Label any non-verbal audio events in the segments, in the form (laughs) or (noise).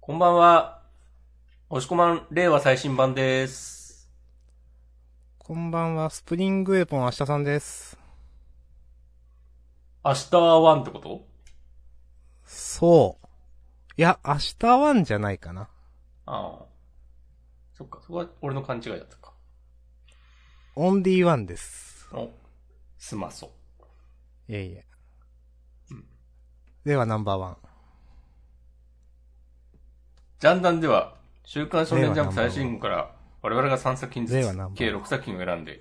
こんばんは。押し込まん、令和最新版です。こんばんは、スプリングエポン明日さんです。明日はワンってことそう。いや、明日ワンじゃないかな。ああ。そっか、そこは俺の勘違いだったか。オンリーワンです。お、すまそう。いえいえ。ではナンバーワン。ジャンダンでは、週刊少年ジャンプ最新号から、我々が3作品ず令つ和ナンバー、ワン計6作品を選んで、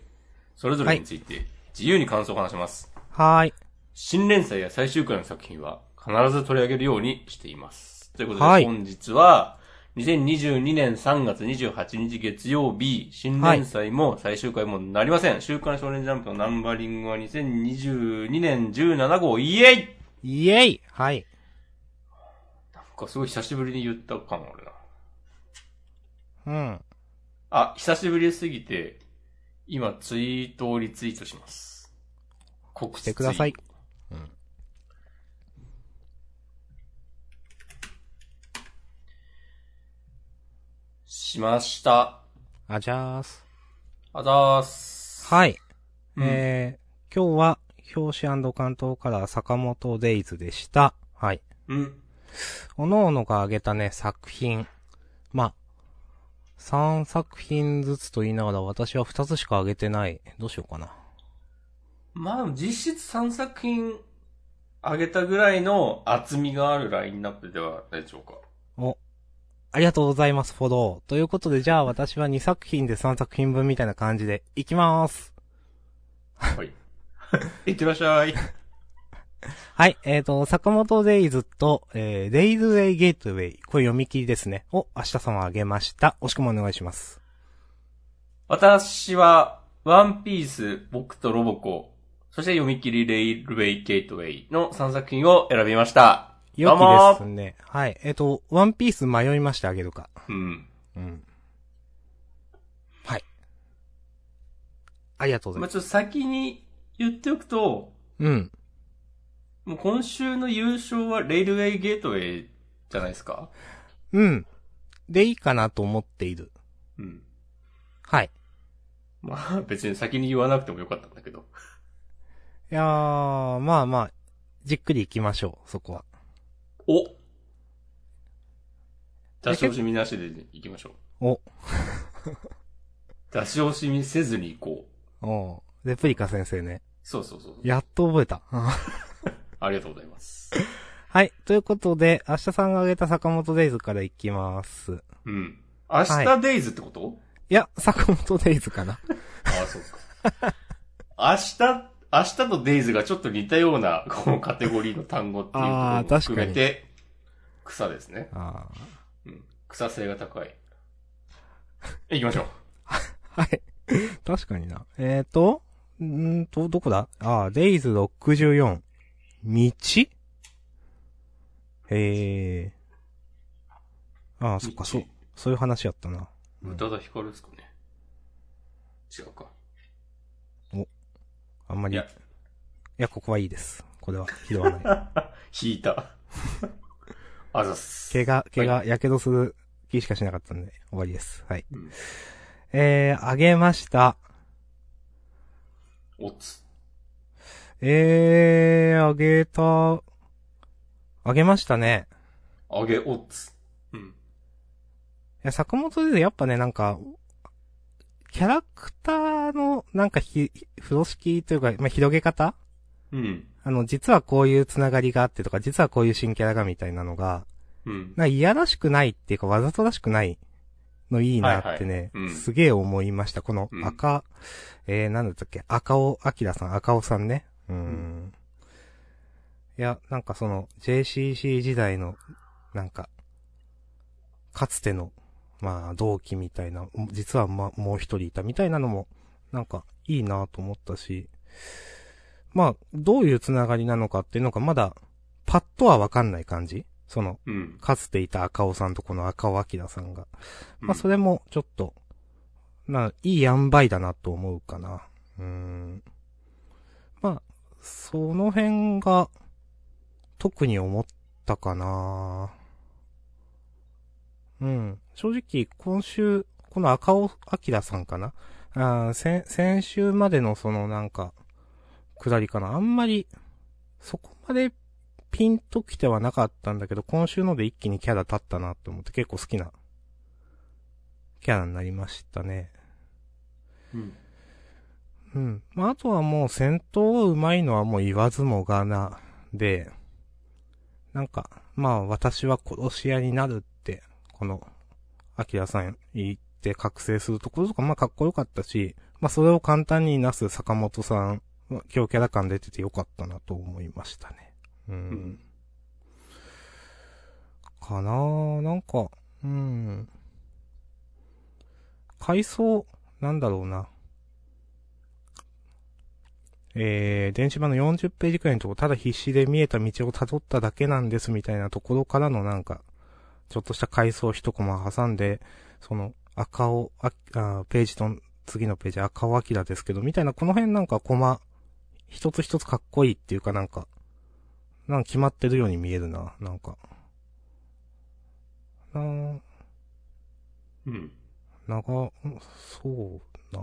それぞれについて自由に感想を話します。はーい。新連載や最終回の作品は必ず取り上げるようにしています。ということで、はい本日は、2022年3月28日月曜日、新連載も最終回もなりません。週刊少年ジャンプのナンバリングは2022年17号、イエイイエイはい。なんかすごい久しぶりに言ったかも、俺な。うん。あ、久しぶりすぎて、今ツイートをリツイートします。告知しツイーてトください。。しました。あじゃーす。あざーす。はい。うんえー、今日は、表紙関東から坂本デイズでした。はい。うん。おのおのが挙げたね、作品。まあ、3作品ずつと言いながら私は2つしか挙げてない。どうしようかな。まあ、実質3作品あげたぐらいの厚みがあるラインナップではないでしょうか。お。ありがとうございます、フォロー。ということで、じゃあ私は2作品で3作品分みたいな感じで、いきまーす。 (laughs) はい。いってらっしゃい。 (laughs) はい、えっ、と、坂本デイズと、えー、デイズウェイゲートウェイ、これ読み切りですね。を、明日様あげました。おしくもお願いします。私は、ワンピース、僕とロボコ、そして読み切りレイルウェイゲートウェイの3作品を選びました。良どうもきですね。はい、えっ、と、ワンピース迷いましてあげるか。うん。うん。はい。ありがとうございまあ、ます。ちょっと先に言っておくと、うん。もう今週の優勝はレイルウェイゲートウェイじゃないですか。うん。でいいかなと思っている。うん。はい。まあ別に先に言わなくてもよかったんだけど。いやー、まあまあ、じっくり行きましょう、そこは。お出し惜しみなしで行きましょう。お、出し惜しみせずに行こう。おうレプリカ先生ね。そうそうそう。やっと覚えた。 (laughs) ありがとうございます。はい。ということで、明日さんが挙げた坂本デイズからいきます。うん。明日デイズってこと、いや、坂本デイズかな。ああ、そうか。明日、明日とデイズがちょっと似たような、このカテゴリーの単語っていうところあもー確かに含めて、草ですね。あーうん。草性が高い。行きましょう。はい。 (laughs) 確かにな。えーと、んーと、どこだあー、デイズ64。道えー。あー、そっか、そう、そういう話やったな。宇多田ヒカルですかね。違うか。あんまいり。いやや、、ここはいいです。これは、(laughs) 拾わない。引い (laughs) た。あざっす。怪我、怪我、やけどする気しかしなかったんで、終わりです。はい。うんえー、あげました。おつ。えー、あげた、あげましたね。あげおつ。うん。いや、坂本でやっぱね、なんか、キャラクターの、なんかひ、風呂敷というか、まあ、広げ方うん。あの、実はこういうつながりがあってとか、実はこういう新キャラがみたいなのが、うん。なんかいやらしくないっていうか、わざとらしくないのいいなってね、はいはいうんすげえ思いました。この赤、えー、なんだったっけ、赤尾明さん、赤尾さんね。うーん。うんいや、なんかその、JCC 時代の、なんか、かつての、まあ、同期みたいな、実はまあ、もう一人いたみたいなのも、なんか、いいなと思ったし、まあ、どういうつながりなのかっていうのが、まだ、パッとはわかんない感じその、うん。かつていた赤尾さんとこの赤尾明さんが。うまあ、んそれも、ちょっと、な、いい塩梅だなと思うかな。うーん。まあ、その辺が、特に思ったかな。うん。正直、今週、この赤尾明さんかなあー先、先週までのそのなんか、下りかなあんまり、そこまでピンときてはなかったんだけど、今週ので一気にキャラ立ったなって思って結構好きな、キャラになりましたね。うん。うん。まあ、あとはもう戦闘うまいのはもう言わずもがなで、なんか、まあ私は殺し屋になるって、この、アキラさん言って覚醒するところとか、まあかっこよかったし、まあそれを簡単になす坂本さん、まあ今日キャラ感出ててよかったなと思いましたね。うん。うんかなぁ、なんか、うん。回想、なんだろうな。えー、電子版の40ページくらいのところ、ただ必死で見えた道を辿っただけなんですみたいなところからのなんか、ちょっとした階層一コマ挟んで、その、赤尾、あ、あページと、次のページ赤尾明ですけど、みたいな、この辺なんかコマ、一つ一つかっこいいっていうかなんか、なんか決まってるように見えるな、なんか。なーうん。長、そうな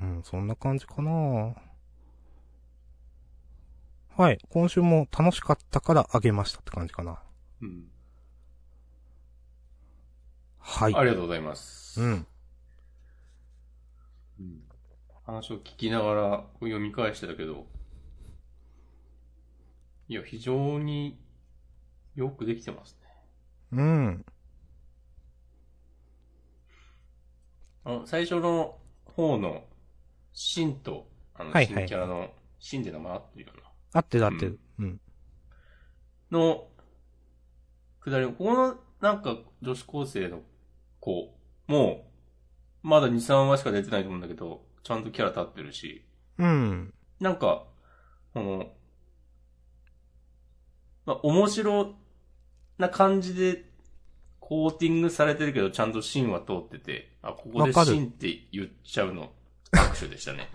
うん、そんな感じかなはい、今週も楽しかったからあげましたって感じかな。うん。はい。ありがとうございます。うん。うん話を聞きながら読み返してたけど、いや、非常によくできてますね。うん。あの、最初の方の、シンと、あの、はいはい新キャラの、シンで名前合ってるよ合ってる合ってる。うん。な。の、くだり、ここの、なんか、女子高生の子、もう、まだ2、3話しか出てないと思うんだけど、ちゃんとキャラ立ってるし、うん。なんか、この、まあ、面白な感じで、コーティングされてるけど、ちゃんと芯は通ってて、あ、ここでわかる芯って言っちゃうの、拍手でした (laughs) ね。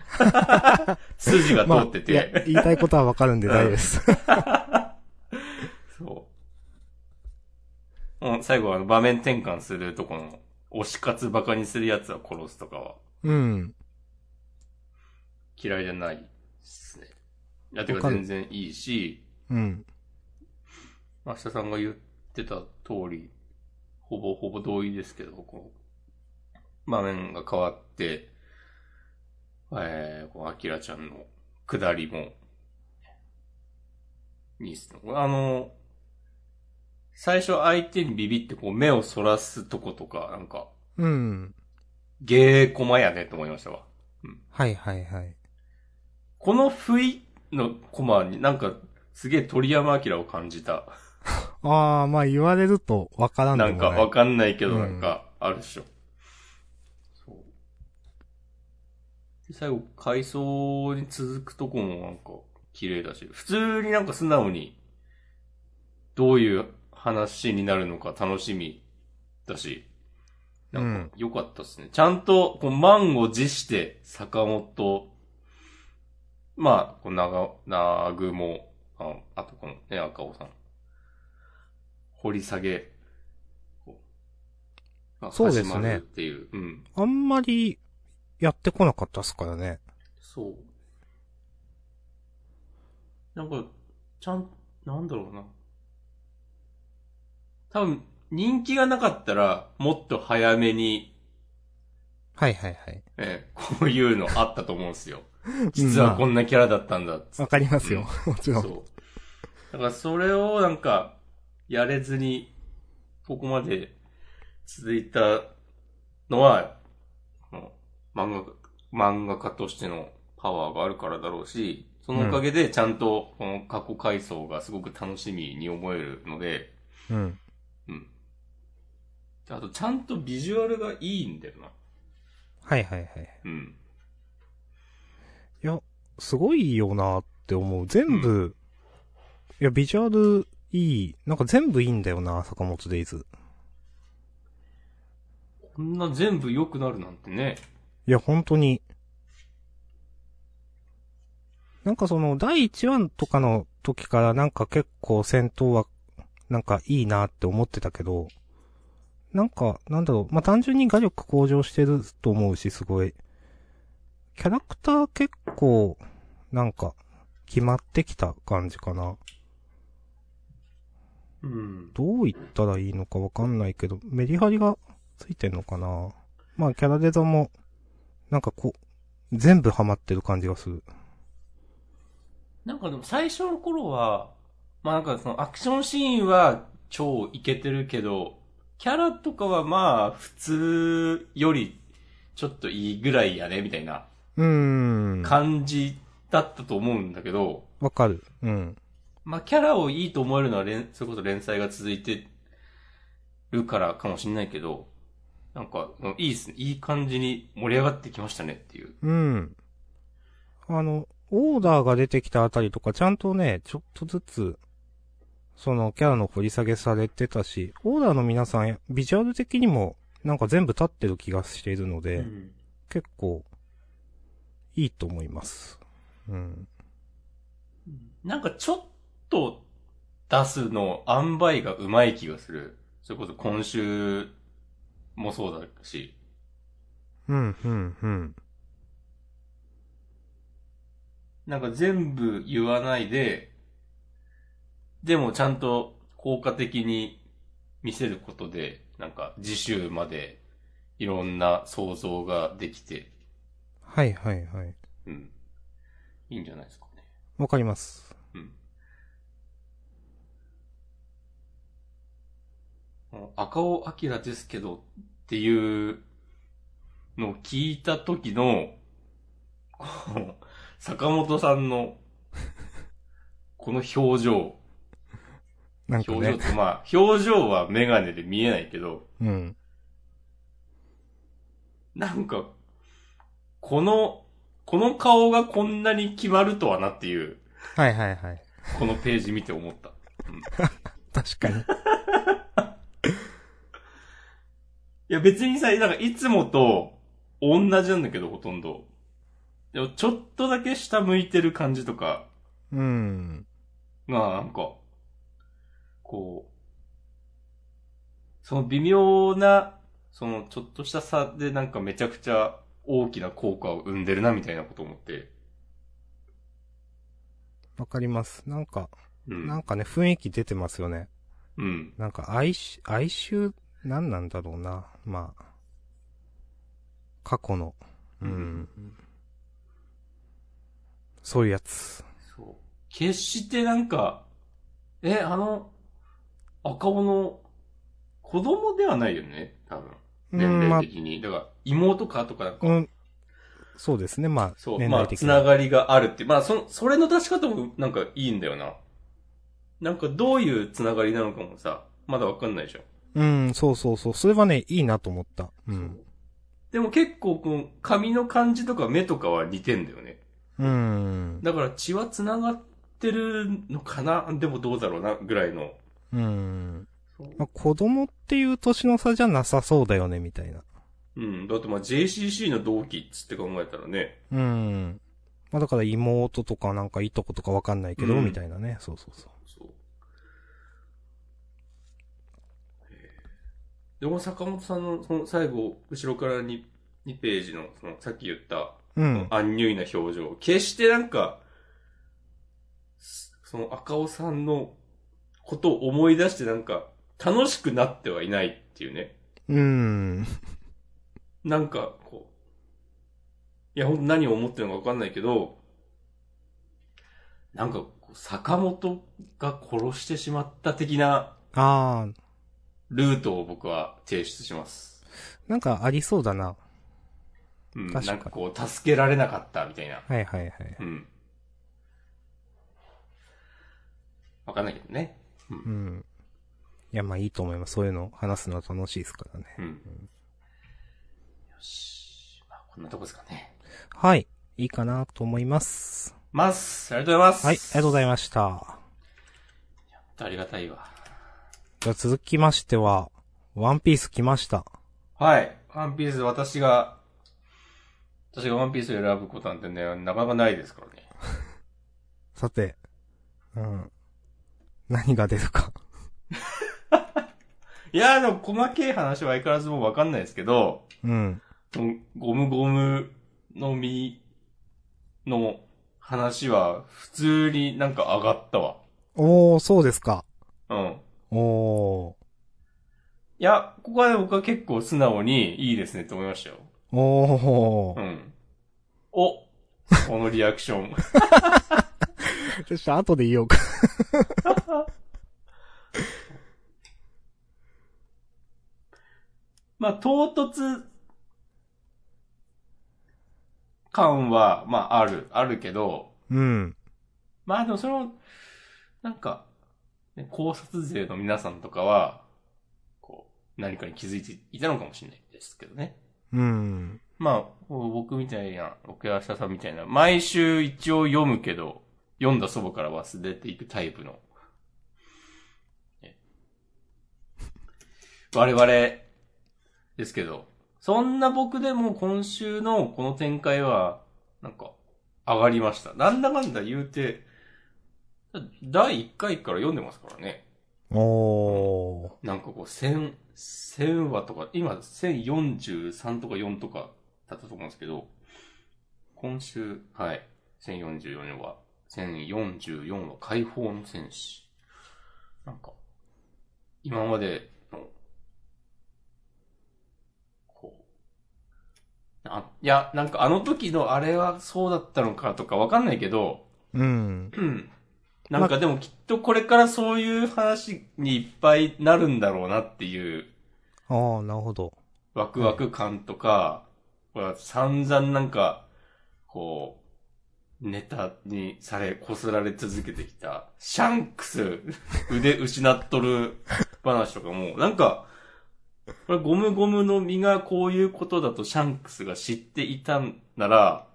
筋が通ってて、まあいや言いたいことはわかるんで大丈夫です。そう。うん、最後はあの場面転換するとこの、推し活バカにするやつは殺すとかはうん。嫌いじゃないですね。いや、てか全然いいし、うん。明日さんが言ってた通り、ほぼほぼ同意ですけど、こう、場面が変わって、えー、こう、アキラちゃんの下りも、いいっすね。あの、最初相手にビビってこう目をそらすとことか、なんか、うん。ゲーコマやねと思いましたわ。はいはいはい。この不意のコマになんか、すげえ鳥山明を感じた。あー、まあ言われるとわからんでなもんかない。わかんないけど、うんなんかあるっしょ。そう。で、最後、階層に続くとこもなんか綺麗だし、普通になんか素直に、どういう話になるのか楽しみだし、なんか良かったっすね。ちゃんと、こう、満を持して、坂本、まあ、こう、長、長も、ああとこのね、赤尾さん、掘り下げ、こうまあそうですね始まるっていう。うん。あんまりやってこなかったっすからね。そう。なんか、ちゃん、なんだろうな。多分、人気がなかったら、もっと早めに、はいはいはい。ええ、こういうのあったと思うんですよ。 (laughs) 実はこんなキャラだったんだっつわかりますよ。もちろん。そう。だからそれをなんか、やれずに、ここまで続いたのは、もう漫画、漫画家としてのパワーがあるからだろうし、そのおかげでちゃんとこの過去回想がすごく楽しみに思えるので、うん。うん。であと、ちゃんとビジュアルがいいんだよな。はいはいはい。うん。いや、すごいよなって思う。全部、いや、ビジュアルいい。なんか全部いいんだよな、坂本デイズ。こんな全部良くなるなんてね。いや、本当に。なんかその、第1話とかの時からなんか結構戦闘は、なんかいいなって思ってたけど、なんか、なんだろう、まあ、単純に画力向上してると思うし、すごい。キャラクター結構、なんか、決まってきた感じかな。うん。どう言ったらいいのかわかんないけど、メリハリがついてんのかなまあ、キャラデザも、なんかこう、全部ハマってる感じがする。なんかでも最初の頃は、まあなんかそのアクションシーンは超イケてるけど、キャラとかはまあ普通よりちょっといいぐらいやねみたいなうーん。感じだったと思うんだけど、わかる。うん。まあキャラをいいと思えるのは連、それこそ連載が続いてるからかもしんないけど、なんかいいっすね。いい感じに盛り上がってきましたねっていう。うん。あの、オーダーが出てきたあたりとか、ちゃんとね、ちょっとずつ、そのキャラの掘り下げされてたし、オーダーの皆さん、ビジュアル的にも、なんか全部立ってる気がしているので、うん結構、いいと思います。うん。なんかちょっと出すの塩梅がうまい気がする。それこそ今週もそうだし。うん、うん、うん。なんか全部言わないで、でもちゃんと効果的に見せることで、なんか次週までいろんな想像ができて、はい、はい、はい。うん。いいんじゃないですかね。わかります。うん。この赤尾明ですけどっていうのを聞いた時の、この坂本さんの、この表情、なんか表情ねっ。てまあ、表情はメガネで見えないけど、うん。なんか、この、この顔がこんなに決まるとはなっていう、はい、はい、はい。このページ見て思った。うん確かに。いや別にさ、なんかいつもと同じなんだけどほとんど。でもちょっとだけ下向いてる感じとかうん。がなんか、こう、その微妙な、そのちょっとした差でなんかめちゃくちゃ大きな効果を生んでるなみたいなこと思って。わかります。なんか、うなんん。かね、雰囲気出てますよね。うん。なんか哀愁、哀愁、何なんだろうな。まあ。過去の。うん。そういうやつ。そう。決してなんか、え、あの、赤尾の子供ではないよね多分。年うん、齢まあ、的に。だから、妹かとかなんか、うん。そうですね、まあ、そう、年まあ、代的つに。ながりがあるって。まあ、その、それの出し方もなんかいいんだよな。なんかどういうつながりなのかもさ、まだわかんないじゃん。うん、そうそうそう。それはね、いいなと思った。う。そうんでも結構こう、髪の感じとか目とかは似てんだよね。うん。だから血はつながってるのかなでもどうだろうなぐらいの。うん。そうまあ、子供っていう年の差じゃなさそうだよね、みたいな。うん。だってまあ JCC の同期っつって考えたらね。うん。まあ、だから妹とかなんかいとことかわかんないけど、うんみたいなね。そうそうそう。そう。でも坂本さんのその最後、後ろから 2, 2ページの、そのさっき言った、うん。アンニュイな表情。決してなんか、すその赤尾さんのことを思い出してなんか、楽しくなってはいないっていうね。うん。なんか、こう、いや、ほんと何を思ってるのかわかんないけど、なんかこう、坂本が殺してしまった的なあー、ルートを僕は提出します。なんかありそうだな。うん。なん確かにかこう、助けられなかったみたいな。はいはいはい。うん。わかんないけどね。うんうん。いや、まあいいと思います。そういうの話すのは楽しいですからね。うん。よし。まあ、こんなとこですかね。はい。いいかなと思います。ます。ありがとうございます。はい、ありがとうございいました。ます。ありがたいわ。じゃあ続きましては、ワンピース来ました。はい。ワンピース、私が、私がワンピースを選ぶことなんてね、なかなかないですからね。さて、うん。何が出るか。いやーでも細けい話は相変わらずもうわかんないですけど、うん。ゴムゴムの実の話は普通になんか上がったわ。おー、そうですか。うん。おー。いや、ここはね僕は結構素直にいいですねって思いましたよ。おうー。ん。おこのリアクション。 (laughs) ちょっと後で言おうか。まあ、唐突感は、まあ、ある、あるけど、うん。まあでもその、なんか、ね、考察勢の皆さんとかは、こう、何かに気づいていたのかもしれないですけどね。うん。まあ、僕みたいな、奥屋下さんみたいな、毎週一応読むけど、読んだ祖母から忘れていくタイプの、ね我々ですけど、そんな僕でも今週のこの展開は、なんか、上がりました。なんだかんだ言うて、第1回から読んでますからね。おー。なんかこう、千、千話とか、今、千四十三とか4とかだったと思うんですけど、今週、はい、千四十四話、千四十四話、解放の戦士。なんか、今までの、こう、あいや、なんかあの時のあれはそうだったのかとかわかんないけど、うん。うんなんかでもきっとこれからそういう話にいっぱいなるんだろうなっていうあー、なるほど。ワクワク感とか、これは散々なんか、こう、ネタにされ、こすられ続けてきた、シャンクス、 (laughs) 腕失っとる話とかも、なんか、これゴムゴムの実がこういうことだとシャンクスが知っていたんなら、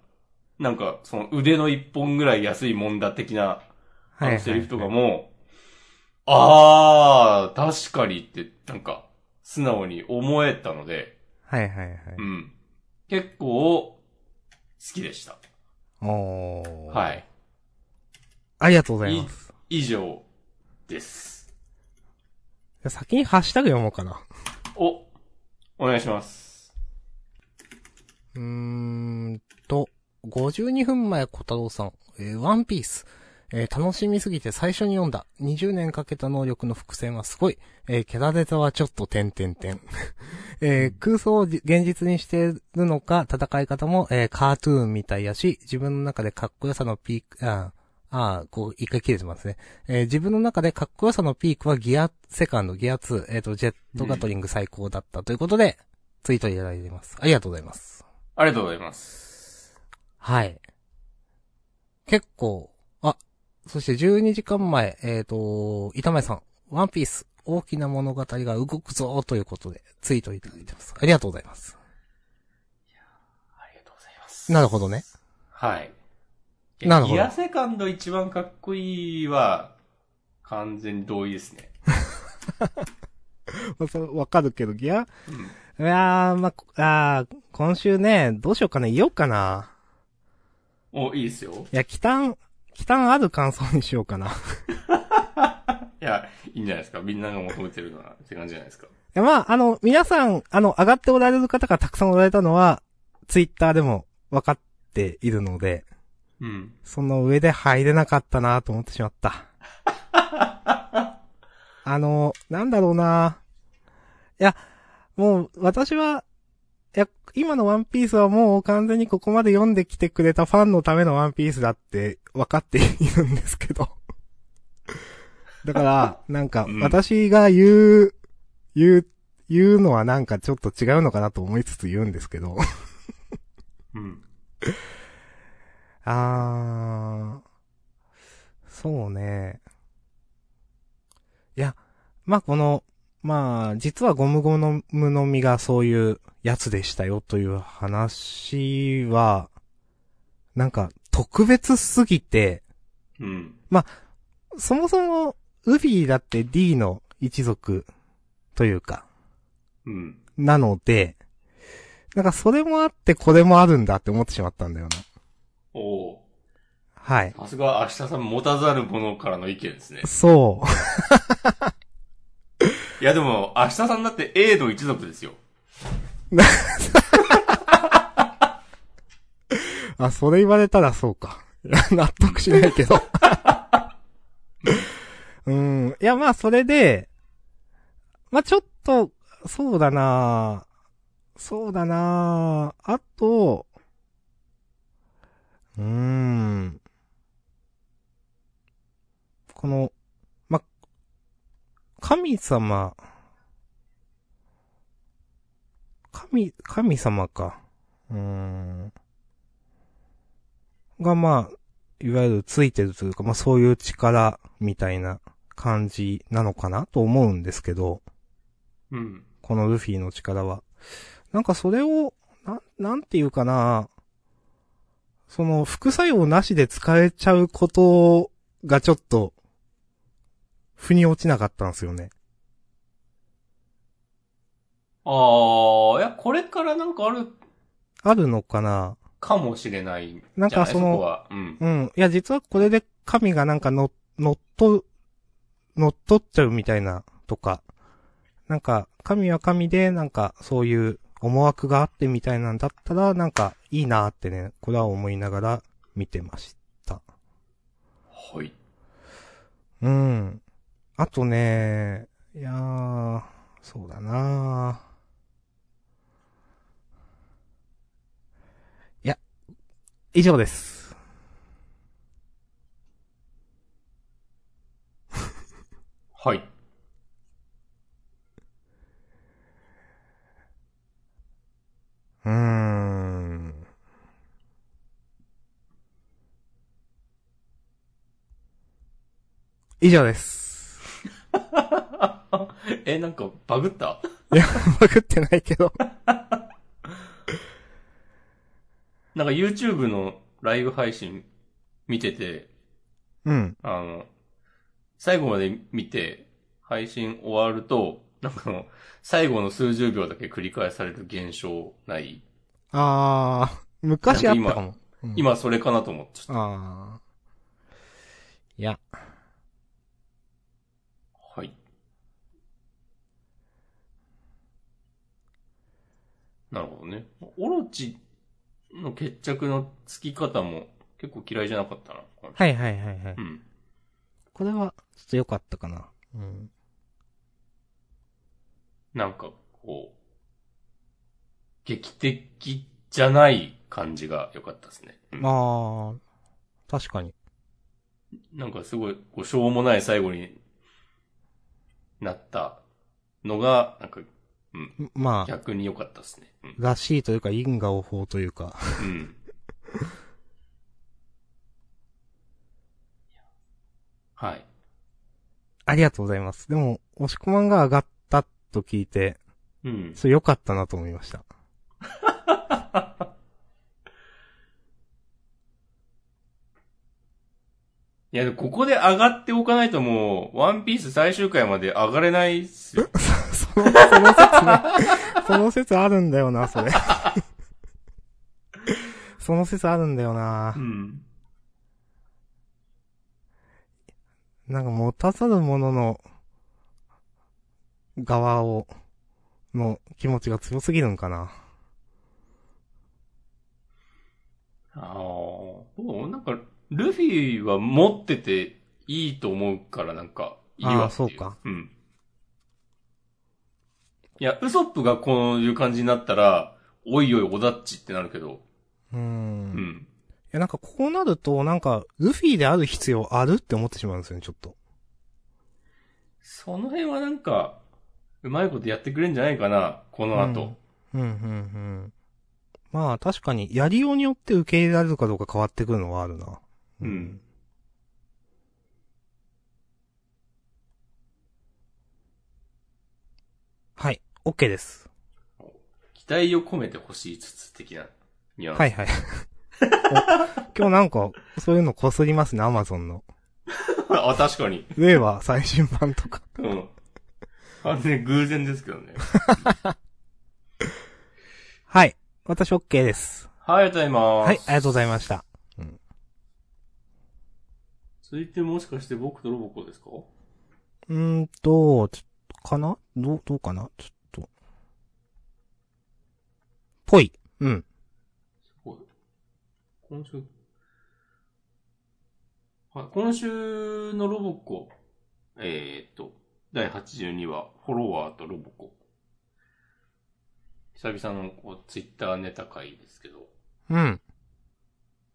なんか、その腕の一本ぐらい安いもんだ的なあのセリフとかも、あー、確かにって、なんか、素直に思えたので、はいはいはい。うん。結構、好きでした。おー。。はいい。ありがとうございます。以上、です。じゃあ先にハッシュタグ読もうかな。お、お願いします。うーんと、52分前小太郎さん、えーワンピース。えー楽しみすぎて最初に読んだ。20年かけた能力の伏線はすごい。えーキャラデザはちょっと点々点。 (laughs) えー空想をじ現実にしてるのか、戦い方も、えーカートゥーンみたいやし、自分の中でかっこよさのピーク、あーあー、こう、一回切れてますね。えー自分の中でかっこよさのピークはギア、セカンド、ギア2、えっ、と、ジェットガトリング最高だったということで、ツイートいただいてます。ありがとうございます。ありがとうございます。はい。結構、あ、そして12時間前、えっ、と、板前さん、ワンピース、大きな物語が動くぞということで、ツイートいただいてます。ありがとうございます。ありがとうございます。なるほどね。はい。なるほどギアセカンド一番かっこいいは、完全に同意ですね。 (laughs) わかるけど、ギアうん。いやー、まあこ、あー今週ね、どうしようかね、言おうかな。お、いいですよ。いや、忌憚、忌憚ある感想にしようかな。い (laughs) いや、いいんじゃないですか。みんなが求めてるのは、って感じじゃないですか。や、まあ、あの、皆さん、あの、上がっておられる方がたくさんおられたのは、ツイッターでもわかっているので、うん。その上で入れなかったなと思ってしま (laughs) った。あの、なんだろうないや、もう私は、いや、今のワンピースはもう完全にここまで読んできてくれたファンのためのワンピースだって分かっているんですけど。(laughs) だから、なんかうん、私が言う、言う、言うのはなんかちょっと違うのかなと思いつつ言うんですけど。うん。あー、そうね。いや、まあ、この、まあ、実はゴムゴムの実がそういうやつでしたよという話は、なんか特別すぎて、うん。そもそもルビーだって D の一族というか、うん。なので、なんかそれもあってこれもあるんだって思ってしまったんだよな。おおはい。ー。さすが、明日さん持たざる者からの意見ですね。そう。いやでも、明日さんだってエイド一族ですよ。あ、それ言われたらそうか。いや納得しないけど。 (laughs) うん。いや、まあ、それで、まあ、ちょっと、そうだなそうだなあと、うーん。この、ま、神様、神、神様か。うーん。が、まあ、いわゆるついてるというか、まあそういう力みたいな感じなのかなと思うんですけど、うん。このルフィの力は。なんかそれを、なん、なんていうかな、その副作用なしで使えちゃうことがちょっと、腑に落ちなかったんですよね。あー、いや、これからなんかあるあるのかなかもしれないじゃい。なんかそのこは。うん。うん。いや、実はこれで神がなんかの、乗っと、乗っ取っちゃうみたいな、とか。なんか、神は神で、なんか、そういう思惑があってみたいなんだったら、なんか、いいなーってね、これは思いながら見てました。はい。うん。あとね、いやー、そうだなー。いや、以上です。はい。うーん。以上です。 (laughs) え、なんかバグったバグってないけど。なんか YouTube のライブ配信見てて、うん。あの、最後まで見て、配信終わると、なんかあの、最後の数十秒だけ繰り返される現象ない。あー、昔あったかも。うん、今それかなと思って。あー。いや、はい。なるほどね。オロチの決着のつき方も結構嫌いじゃなかったな。はいはいはいはい。うん。これは、ちょっと良かったかな。うん。なんか、こう、劇的じゃない感じが良かったですね。うんあー、確かに。なんかすごい、こう、しょうもない最後になったのが、なんか、まあ、逆に良かったですね。 (laughs) うん。らしいというか、因果応報というか。 (laughs) うん。はい。ありがとうございます。でも、押し込まんが上がったと聞いて、うん。それ良かったなと思いました。いや、でもここで上がっておかないともう、ワンピース最終回まで上がれないっすよ。その、その説ね。その説あるんだよな、それ。 (laughs) その説あるんだよなう。ん。なんか持たざる者の側を、の気持ちが強すぎるんかな。ああ、そう、なんか、ルフィは持ってていいと思うから、なんか、いいわっていああそうか。うん。いや、ウソップがこういう感じになったら、おいおい、おだっちってなるけど、うー。うんいん。や、なんかこうなると、なんか、ルフィである必要あるって思ってしまうんですよね、ちょっと。その辺はなんか、うまいことやってくれんじゃないかな、この後。うん、うん、うんうん。まあ、確かに、やりようによって受け入れられるかどうか変わってくるのはあるな。うん。はい。OK です。期待を込めてほしいつつ的なニュアンス。はい (laughs) はい。お今日なんか、そういうのこすりますね、アマゾンの。 (laughs) あ、確かに。令和最新版とか。うん。完全に偶然ですけどね。はい。私 OK です。はい、ありがとうございます。はい、ありがとうございました。続いてもしかして僕とロボコですかうーんと、ちょっとかなどう、どうかなちょっと。ぽい。うん。すごい。今週、はい、今週のロボコ、えー、っと、第82話、フォロワーとロボコ。久々のこうツイッターネタ会ですけど、うん。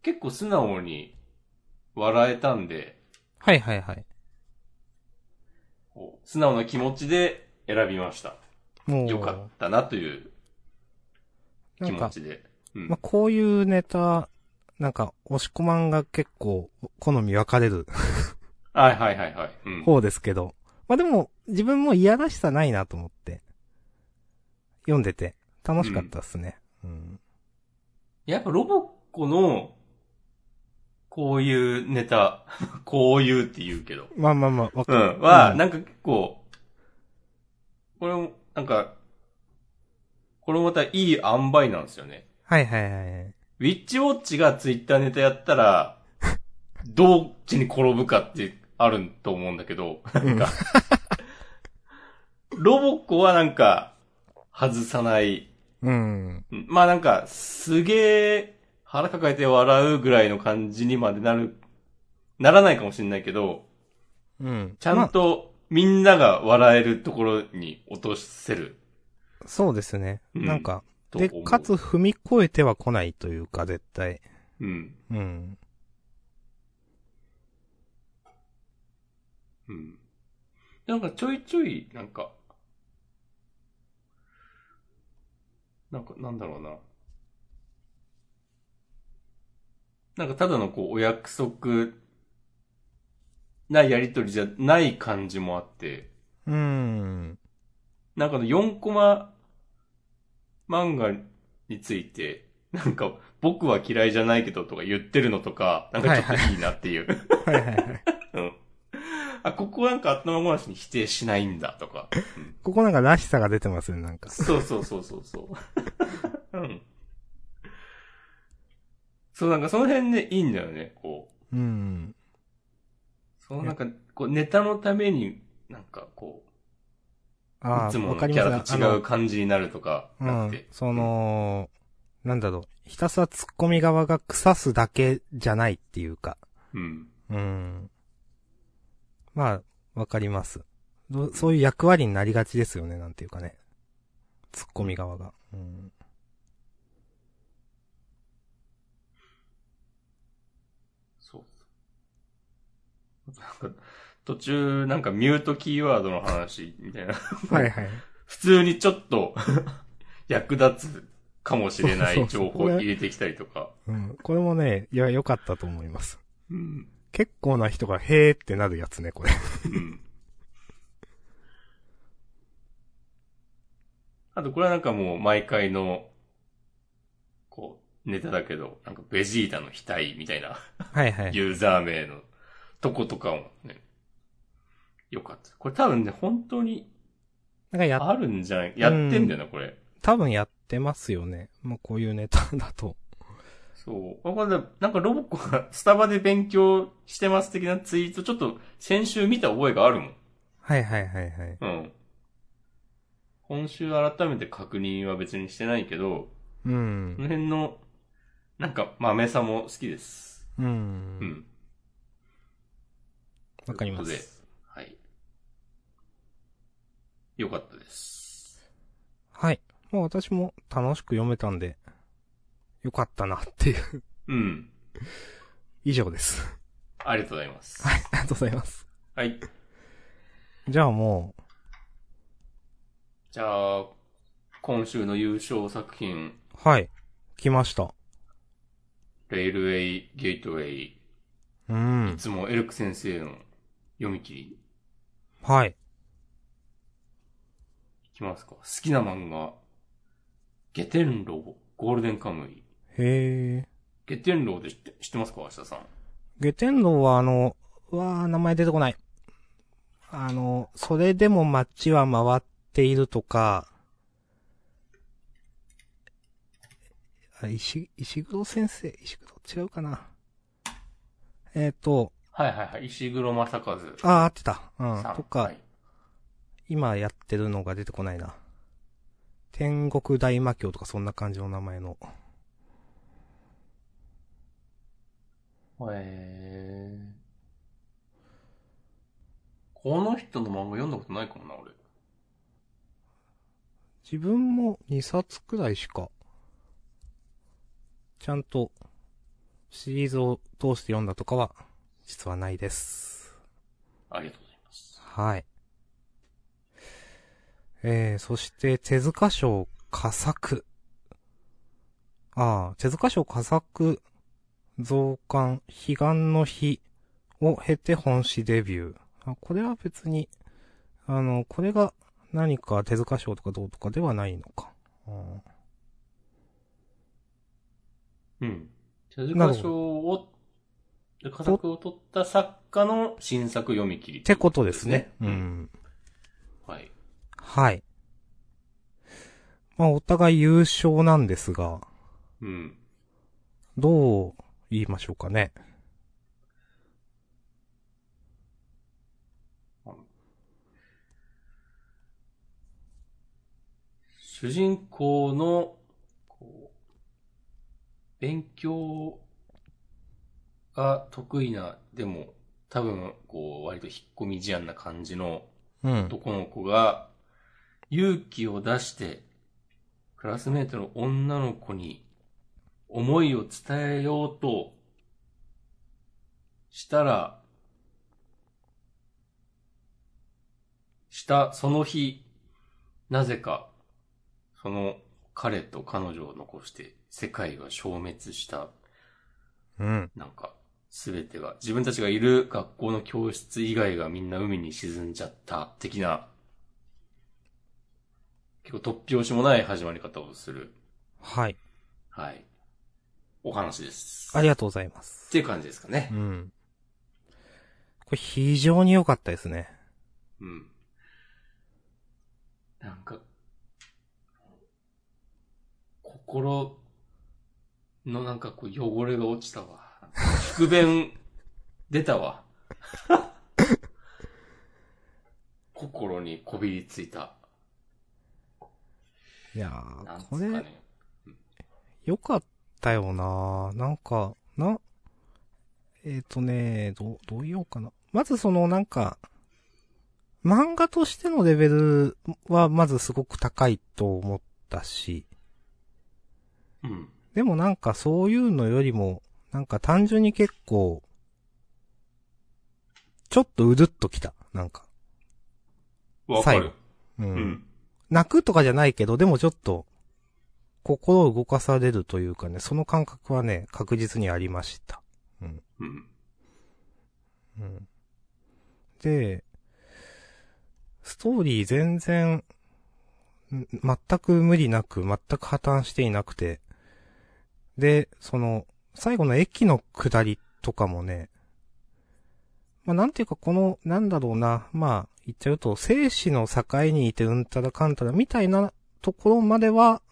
結構素直に笑えたんで、はいはいはい。こう素直な気持ちで選びました。もう、よかったなというな気ん持か、ちで。うんまあ、こういうネタ、なんか、押し込まんが結構、好み分かれるはいはいはいはい。うん、方ですけど、まあでも、自分も嫌らしさないなと思って、読んでて、楽しかったっすね。うん。やっぱロボッコの、こういうネタ、 (laughs) こういうって言うけど、まあまあまあ、わうかん、は、うんなんか結構、これも、なんか、これもまたいい塩梅なんですよね。はいはいはいはい。ウィッチウォッチがツイッターネタやった (laughs) ら、どっちに転ぶかってあると思うんだけど、なんか、ロボッコはなんか、外さない。うん。うんまあなんか、すげえ腹抱えて笑うぐらいの感じにまでなる、ならないかもしれないけど、うん。ちゃまんあとみんなが笑えるところに落とせるそうですね。うんなんか、と思でう。、かつ踏み越えては来ないというか、絶対。うん。うん。うん。なんかちょいちょい、なんか、なんか、なんだろうな。なんかただのこう、お約束なやりとりじゃない感じもあって、うん。なんかあの4コマ漫画について、なんか僕は嫌いじゃないけどとか言ってるのとか、なんかちょっといいなっていう。はいはいはい。うん。あ、ここなんか頭ごなしに否定しないんだとか。ここなんからしさが出てますね、なんか。そうそうそうそうそう。うん。そう、なんかその辺ね、いいんだよね、こう。うん。そのなんか、こう、ネタのために、なんかこう、あいつあ、もわのかキりますャラとあ違のう感じになるとか、うなっんて。。その、なんだろう。ひたすら突っ込み側が腐すだけじゃないっていうか。うん。うん。まあ、わかります。どうそういう役割になりがちですよね、なんていうかね。突っ込み側が。うん。そう。なんか、途中、なんかミュートキーワードの話みたいな。 (laughs) はいはい。普通にちょっと (laughs) 役立つかもしれなそいうそうそ情う報を入れてきたりとか。うん。これもね、いや、良かったと思います。うん。結構な人が、へーってなるやつね、これ。うん。あと、これはなんかもう毎回の、こう、ネタだけど、なんかベジータの額みたいなはいはい。ユーザー名のとことかもね、よかった。これ多分ね、本当になんかや、あるんじゃないやってんだよな、これ。多分やってますよね。もうこういうネタだと。そう。あこれねなんかロボッコがスタバで勉強してます的なツイート、ちょっと先週見た覚えがあるもん。はいはいはいはい。うん。今週改めて確認は別にしてないけど、うこのん。辺の、なんか豆さも好きです。う。うんん。わかりま。ということですはい。よかったです。はい。もう私も楽しく読めたんで、よかったなっていう。うん。 (laughs) 以上です。ありがとうございます。はい、ありがとうございます。はい。じゃあもじゃあ、今週の優勝作品、う、はい、来ました。レイルウェイ・ゲートウェイ、ういん。つもエルク先生の読み切りいはい。きますか。好きな漫画、ゲテンロウ、ゴールデンカムイ。へえ。ゲテンロウで知って知ってますか明日さん。下天道はあの、うわー、名前出てこない。あの、それでも街は回っているとか、あ石、石黒先生、石黒違うかな。えっ、と、はいはいはい。石黒正和。あー、合ってた。うさん。んとか、はいい、今やってるのが出てこないな。天国大魔教とかそんな感じの名前の。えー、この人の漫画読んだことないかもな、俺。自分も2冊くらいしか、ちゃんとシリーズを通して読んだとかは、実はないです。ありがとうございます。はい。えー、そして、手塚賞佳作。ああ、手塚賞佳作増刊、悲願の日を経て本誌デビュー。あ、これは別に、あの、これが何か手塚賞とかどうとかではないのか。うんうん。手塚なるほど賞を、佳作を取った作家の新作読み切り。ってことですね。う。うんん。はい。はい。まあ、お互い優勝なんですが、うん。どう言いましょうかね。主人公の、こう、勉強が得意な、でも、多分、こう、割と引っ込み思案な感じのうん。男の子が、勇気を出して、クラスメートの女の子に、思いを伝えようと、したら、した、その日、なぜか、その彼と彼女を残して世界が消滅した、うん。なんか、すべてが、自分たちがいる学校の教室以外がみんな海に沈んじゃった、的な、結構突拍子もない始まり方をする、はい。はい、お話です。ありがとうございます。っていう感じですかねう。ん。これ非常に良かったですね。うん。なんか、心のなんかこう汚れが落ちたわ。宿便出たわ。 (laughs) 心にこびりついた。いやなんーつ、うこかれね。良かったよなーなんか、な、えっ、とね、どう、どう言おうかな。まずそのなんか、漫画としてのレベルはまずすごく高いと思ったし、うん。でもなんかそういうのよりも、なんか単純に結構、ちょっとうるっときた。なんか。わか最る後。う。うんん。泣くとかじゃないけど、でもちょっと、心を動かされるというかね、その感覚はね、確実にありました。うん。うん。で、ストーリー全然、ん全く無理なく、全く破綻していなくて、で、その、最後の駅の下りとかもね、まあ、なんていうかこの、なんだろうな、まあ、言っちゃうと、生死の境にいてうんたらかんたらみたいなところまでは、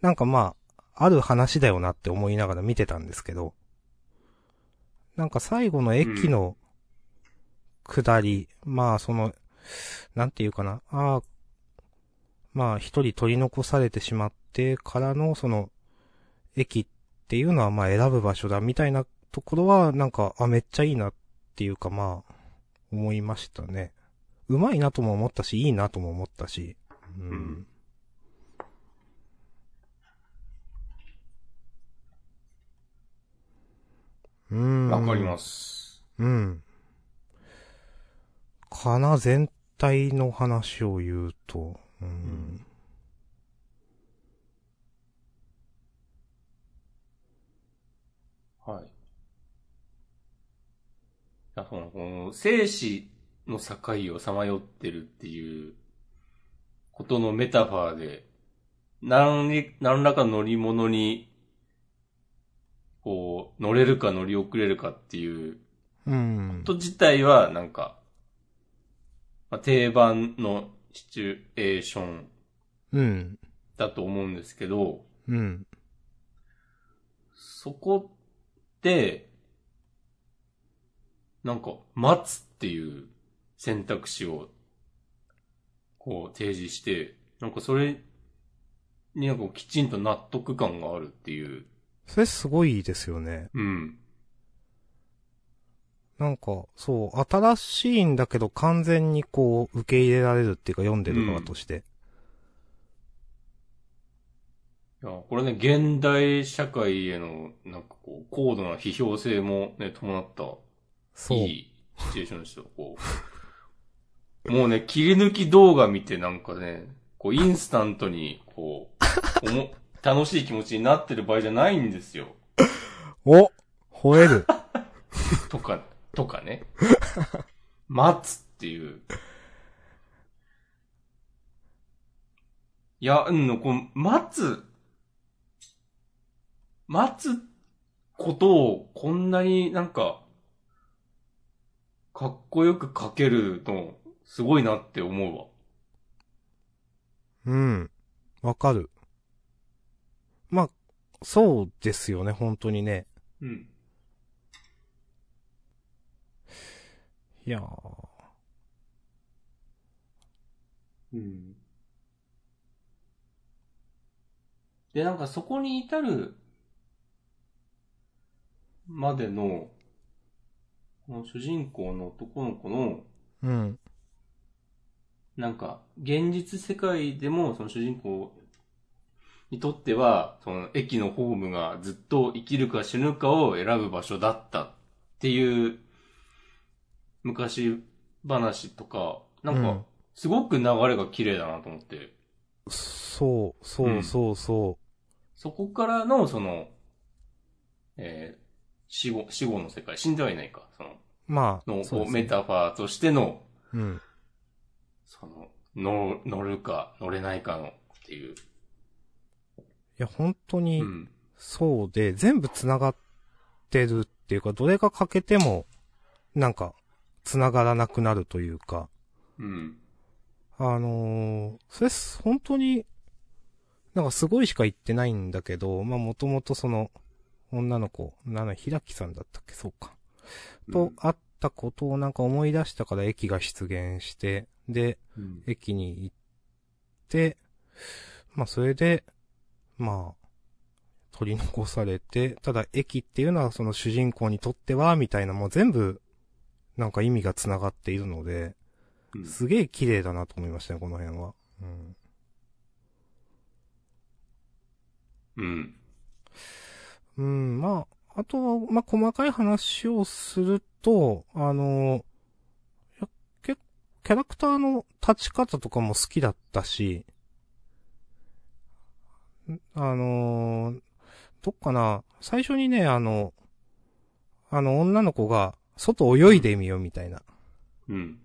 なんかまあ、ある話だよなって思いながら見てたんですけど、なんか最後の駅の下り、まあその、なんていうかな、ああ、まあ一人取り残されてしまってからのその、駅っていうのはまあ選ぶ場所だみたいなところはなんか、あ、めっちゃいいなっていうかまあ、思いましたね。うまいなとも思ったし、いいなとも思ったし。ううんん。うん。わかります。うん。かな、全体の話を言うと。うん。んはい。あその、この、生死の境をさまよってるっていう、ことのメタファーで、何、何らかの乗り物に、こう、乗れるか乗り遅れるかっていううん。こと自体は、なんか、まあ、定番のシチュエーションうん。だと思うんですけど、うん。そこで、なんか、待つっていう選択肢をこう提示して、なんかそれになんかこうきちんと納得感があるっていう。それすごいですよね。うん。なんか、そう、新しいんだけど完全にこう、受け入れられるっていうか読んでる側として。いや、これね、現代社会への、なんかこう、高度な批評性もね、伴った、そう。いいシチュエーションですよ、こう。もうね、切り抜き動画見てなんかね、こう、インスタントに、こう、おも、 (laughs) 楽しい気持ちになってる場合じゃないんですよ。お吠える。 (laughs) とか、とかね。待つっていう。いや、うんの、こう、待つ、待つことをこんなになんか、かっこよく書けるの、すごいなって思うわ。うん。わかる。まあ、そうですよね、本当にね。うん。いやーうん。で、なんかそこに至るまでの、この主人公の男の子の、うん。なんか、現実世界でも、その主人公にとっては、その駅のホームがずっと生きるか死ぬかを選ぶ場所だったっていう、昔話とか、なんうんか、すごく流れが綺麗だなと思って。そう、そうう、んそう、そそこからの、その、えー死後、死後の世界、死んではいないか、その、う。まあ、の、そうこでうすメね。タファーとしての、うん。その、乗乗るか、乗れないかの、っていう。いや、本当うに、ん。そうで、全部繋がってるっていうか、どれが欠けても、なんか、繋がらなくなるというか、うん。あのーそれす、本当に、なんかすごいしか言ってないんだけど、まあもともとその、女の子、なの、ひらきさんだったっけ、そうか。と、会ったことをなんか思い出したから駅が出現して、で、うん、駅に行って、まあそれで、まあ、取り残されて、ただ駅っていうのはその主人公にとっては、みたいなもう全部、なんか意味が繋がっているので、うんすげえ綺麗だなと思いましたね、この辺は。うん。うん。うん、まあ、あとは、まあ、細かい話をすると、あの、いやけキャラクターの立ち方とかも好きだったし、んあの、どっかな、最初にね、あの、あの女の子が、外泳いでみようみたいなうん。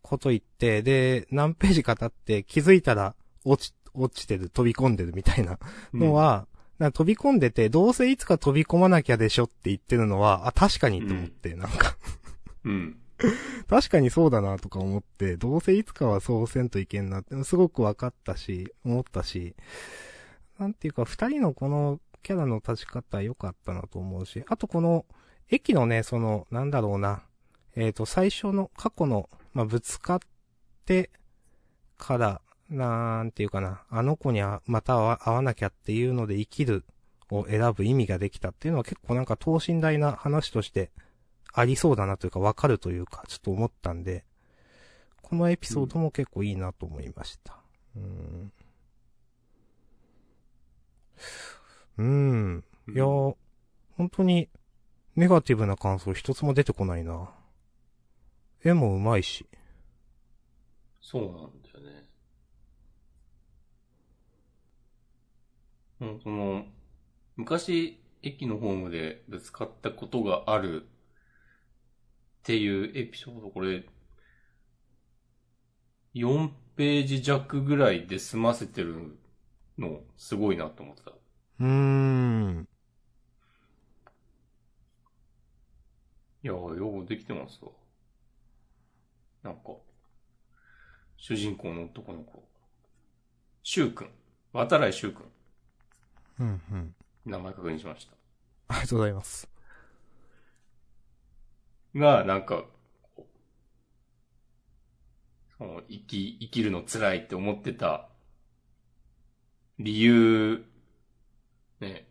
こと言って、で、何ページか経って気づいたら、落ち、落ちてる、飛び込んでるみたいなのは、なんか飛び込んでて、どうせいつか飛び込まなきゃでしょって言ってるのは、あ、確かにと思って、なんか、 (laughs) うん。確かにそうだなとか思って、どうせいつかはそうせんといけんなって、すごく分かったし、思ったし、なんていうか、二人のこのキャラの立ち方良かったなと思うし、あとこの、駅のね、その、なんだろうな、えっ、と、最初の過去の、まあ、ぶつかってから、なんていうかな、あの子にあまたは会わなきゃっていうので生きるを選ぶ意味ができたっていうのは結構なんか等身大な話としてありそうだなというかわかるというかちょっと思ったんで、このエピソードも結構いいなと思いました。うん。うん。うんいやー、本当に、ネガティブな感想一つも出てこないな。絵もうまいし。そうなんだよね。うん、その、昔、駅のホームでぶつかったことがあるっていうエピソード、これ、4ページ弱ぐらいで済ませてるの、すごいなと思ってた。うーん。いやー、よくできてますわ。なんか、主人公の男の子。シュウ君。渡来シュウ君。うん、うん。名前確認しました。ありがとうございます。が、なんか、もう生き、生きるの辛いって思ってた理由、ね。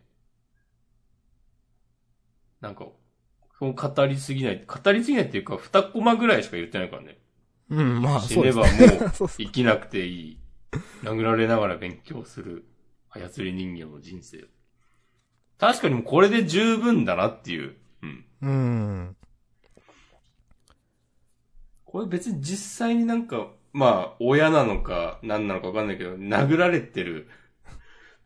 なんか、そう語りすぎない、語りすぎないっていうか、二コマぐらいしか言ってないからね。うん、まあ、死そうねですばもね。う (laughs) そうそう生きなくていい。殴られながら勉強する。操り人形の人生。確かにもうこれで十分だなっていう。うん。うん。これ別に実際になんか、まあ、親なのか、何なのかわかんないけど、殴られてる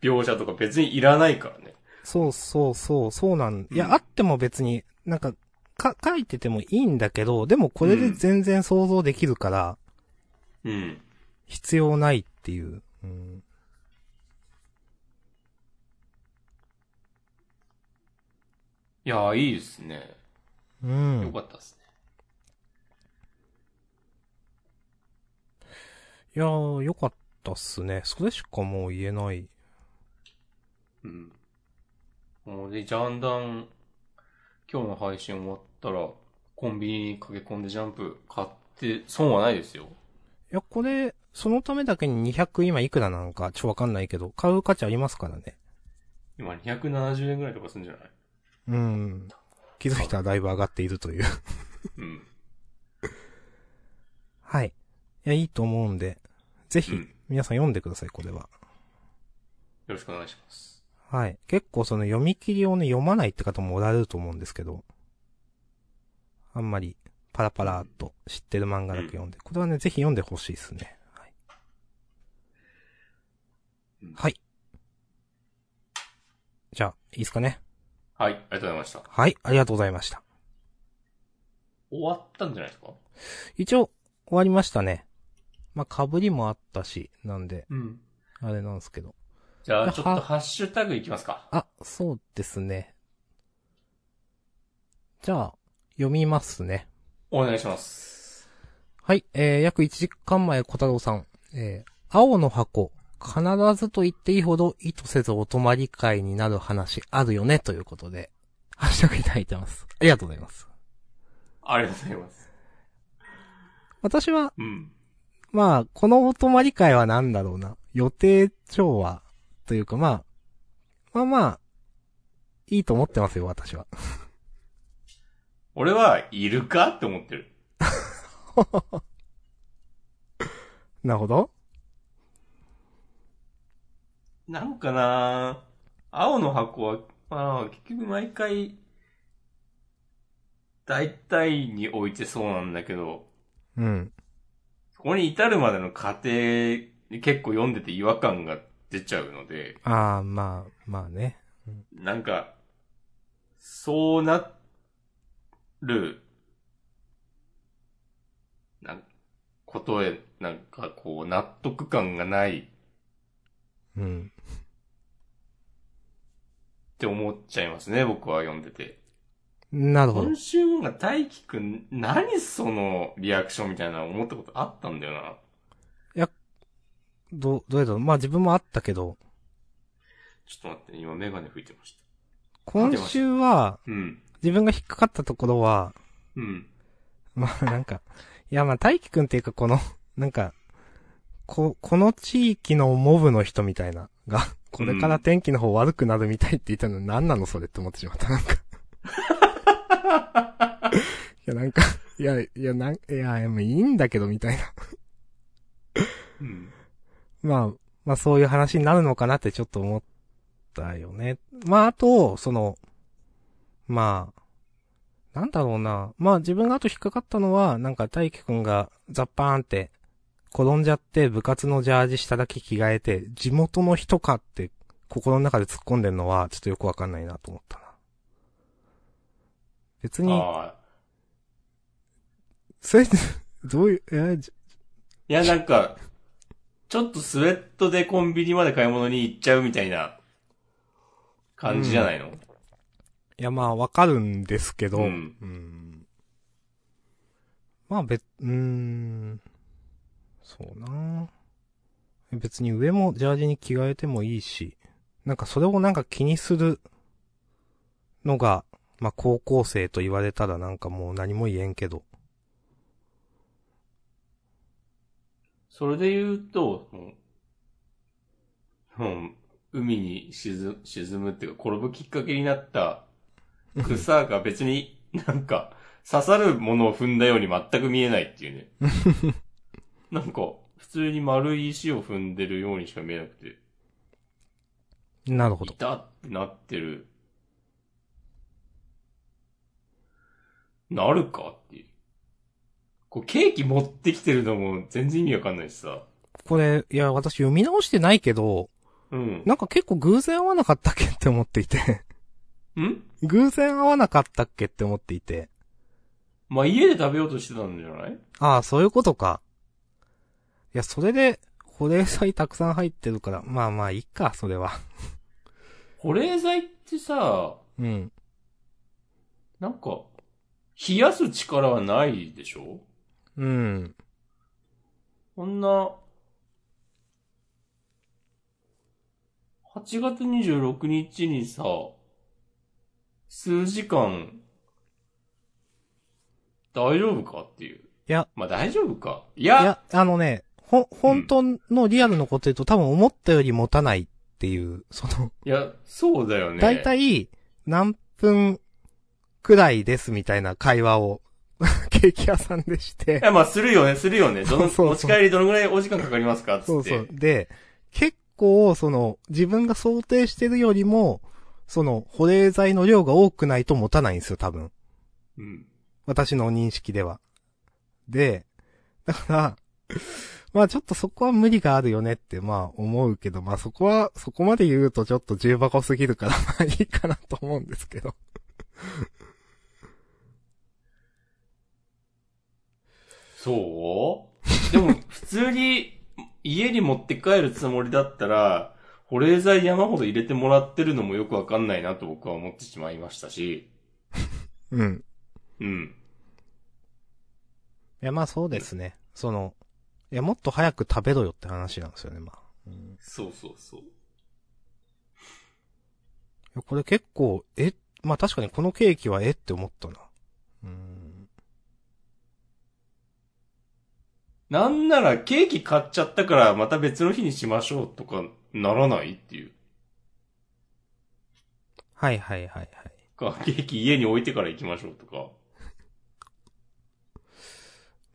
描写とか別にいらないからね。そうそうそう、そうなん、いうや、んあっても別に、なんか、か、書いててもいいんだけど、でもこれで全然想像できるから、うん。必要ないっていう。うん。いやー、いいですね。うよん。かったですね。いやー、よかったっすね。それしかもう言えない。うん。もうで、ジャンダン、今日の配信終わったら、コンビニに駆け込んでジャンプ買って、損はないですよ。いや、これ、そのためだけに200今いくらなのか、ちょ、わかんないけど、買う価値ありますからね。今270円ぐらいとかするんじゃないうん。気づいたらだいぶ上がっているという。うん。はい。いや、いいと思うんで、ぜうひん。よ、皆さん読んでください、これは。ろしくお願いします。はい。結構その読み切りをね、読まないって方もおられると思うんですけど、あんまり、パラパラっと知ってる漫画だけ読んで、これはね、ぜひ読んでほしいですね。はいうん。はい。じゃあ、いいですかね。はい、ありがとうございました。はい、ありがとうございました。終わったんじゃないですか一応、終わりましたね。まあ、被りもあったし、なんで、うん。あれなんですけど。じゃあ、はちょっとハッシュタグいきますか。あ、そうですね。じゃあ、読みますね。お願いします。はい、えー、約1時間前、小太郎さん。えー、青の箱。必ずと言っていいほど意図せずお泊まり会になる話あるよね、ということで。 (laughs) ハッシュタグいただいてます。ありがとうございます。ありがとうございます。私は、うん。まあ、このお泊まり会は何だろうな。予定調和というか、まあ、まあまあ、いいと思ってますよ、私は。俺は、いるかって思ってる。なるほど。なんかな青の箱は、まあ、結局毎回、大体に置いてそうなんだけど、うん。そこに至るまでの過程で結構読んでて違和感が出ちゃうので、ああ、まあ、まあね。なんか、そうなる、なん、ことへ、なんかこう、納得感がないっうん。て思っちゃいますね、僕は読んでて。なるほど今。週が大輝くん、何そのリアクションみたいな思ったことあったんだよな。ど、どうやろうまあ自分もあったけど、ちょっと待って、今メガネ吹いてまし今週は、た。うん。自分が引っかかったところは、うん。まあなんか、いやまあ大輝くんっていうかこの、なんか、こ、この地域のモブの人みたいな、が、これから天気の方悪くなるみたいって言ったの何なのそれって思ってしまった、なんか。いやなんか、いや、いや、なん、いや、もういいんだけどみたいな。うん。まあ、まあそういう話になるのかなってちょっと思ったよね。まああと、その、まあ、なんだろうな。まあ自分があと引っかかったのは、なんか大輝くんがザッパーンって転んじゃって部活のジャージ下だけ着替えて、地元の人かって心の中で突っ込んでるのはちょっとよくわかんないなと思ったな。別に、ああ。それ、どういう、えーじいや、なんか、ちょっとスウェットでコンビニまで買い物に行っちゃうみたいな感じじゃないの、いやまあわかるんですけど、うんうんまあ別、うーん。そうな別に上もジャージに着替えてもいいし、なんかそれをなんか気にするのが、まあ高校生と言われたらなんかもう何も言えんけど。それで言うと、もう、もう海に沈沈むっていうか、転ぶきっかけになった草が別になんか、刺さるものを踏んだように全く見えないっていうね。なんか、普通に丸い石を踏んでるようにしか見えなくて、なるほいど。たってなってる。なるかっていう。こう、ケーキ持ってきてるのも全然意味わかんないしさ。これ、いや、私読み直してないけど、うん。なんか結構偶然合わなかったっけって思っていて。ん偶然合わなかったっけって思っていて。まあ、家で食べようとしてたんじゃないああ、そういうことか。いや、それで、保冷剤たくさん入ってるから、まあまあ、いいか、それは。保冷剤ってさ、うん。なんか、冷やす力はないでしょうん。こんな、8月26日にさ、数時間、大丈夫かっていう。いや。まあ、大丈夫か。いいや、や、あのね、ほ、本当のリアルのこと言うと、多分思ったより持たないっていう、その、いやそうだよね。だいたい何分くらいですみたいな会話を、 (laughs) ケーキ屋さんでしいて。や、まあ、するよね、するよね。どの、 (laughs) そうそう持ち帰りどのぐらいお時間かかりますかつって。そうそう。で、結構、その、自分が想定してるよりも、その、保冷剤の量が多くないと持たないんですよ、多分。うん。私の認識では。で、だから、 (laughs) まあちょっとそこは無理があるよねって、まあ思うけど、まあそこは、そこまで言うとちょっと重箱すぎるから、まあいいかなと思うんですけど。そうでも、普通に家に持って帰るつもりだったら、保冷剤山ほど入れてもらってるのもよくわかんないなと僕は思ってしまいましたし、うん。うん。いやまあそうですね。その、いやもっと早く食べろよって話なんですよね、まあ。うん、いそうそうそう。やこれ結構、え、まあ確かにこのケーキはえって思ったな。うん。なんならケーキ買っちゃったからまた別の日にしましょうとかならないっていうはいはいはいはい。か、 (laughs) ケーキ家に置いてから行きましょうとか。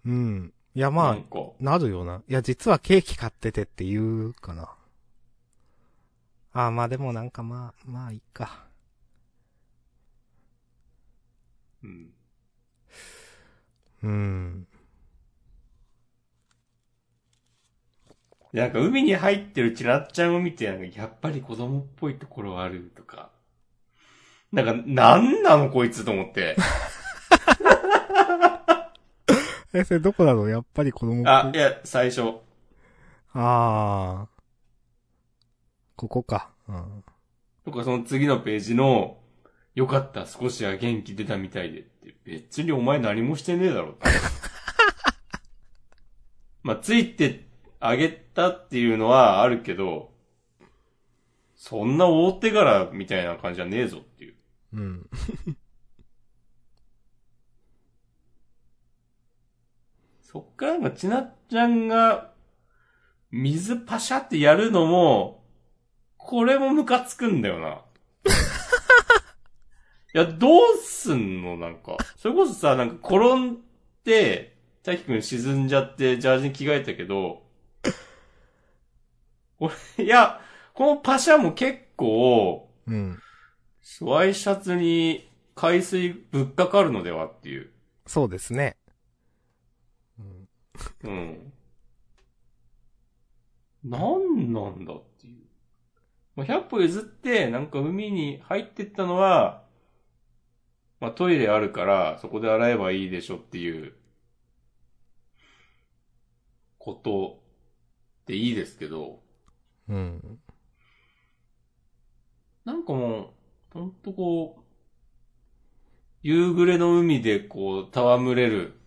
うん。いやまあ、なんか。なるよな。いや、実はケーキ買っててって言うかな。あーまあでもなんかまあ、まあいいか。うん。うん。なんか海に入ってるちなっちゃんを見て、なんかやっぱり子供っぽいところあるとか。なんか、なんなのこいつと思って。え、それどこだろうやっぱり子供っぽいあ、いや、最初。あーここか。うん。とか、その次のページの、よかった、少しは元気出たみたいでって。別にお前何もしてねえだろ (laughs) って。まあ、ついてあげたっていうのはあるけど、そんな大手柄みたいな感じじゃねえぞっていう。うん。そっからなんか、ちなっちゃんが、水パシャってやるのも、これもムカつくんだよな。いや、どうすんのなんか。それこそさ、なんか転んで、大輝くん沈んじゃって、ジャージに着替えたけど、俺、いや、このパシャも結構、うん。ワイシャツに海水ぶっかかるのではっていう。そうですね。うん。うん。なんなんだっていう。まあ、100歩譲って、なんか海に入ってったのは、まあ、トイレあるから、そこで洗えばいいでしょっていう、ことでいいですけど、うん。なんかもう、ほんとこう、夕暮れの海でこう、戯れる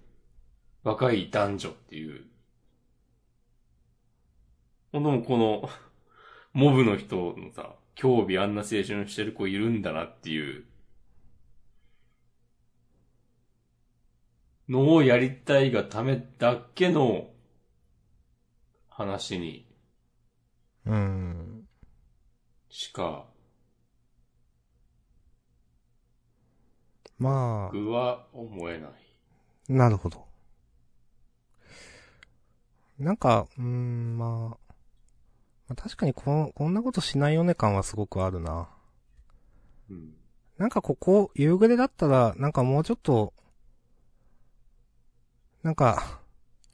若い男女っていう。ほんともうこの、 (laughs) モブの人のさ、興味あんな青春してる子いるんだなっていう。のをやりたいがためだけの、話にうん。しか、まあ、僕は思えない。なるほど。なんか、うーん、まあ、まあ確かにこんこんなことしないよね感はすごくあるな。うん。なんかここ、夕暮れだったら、なんかもうちょっと、なんか、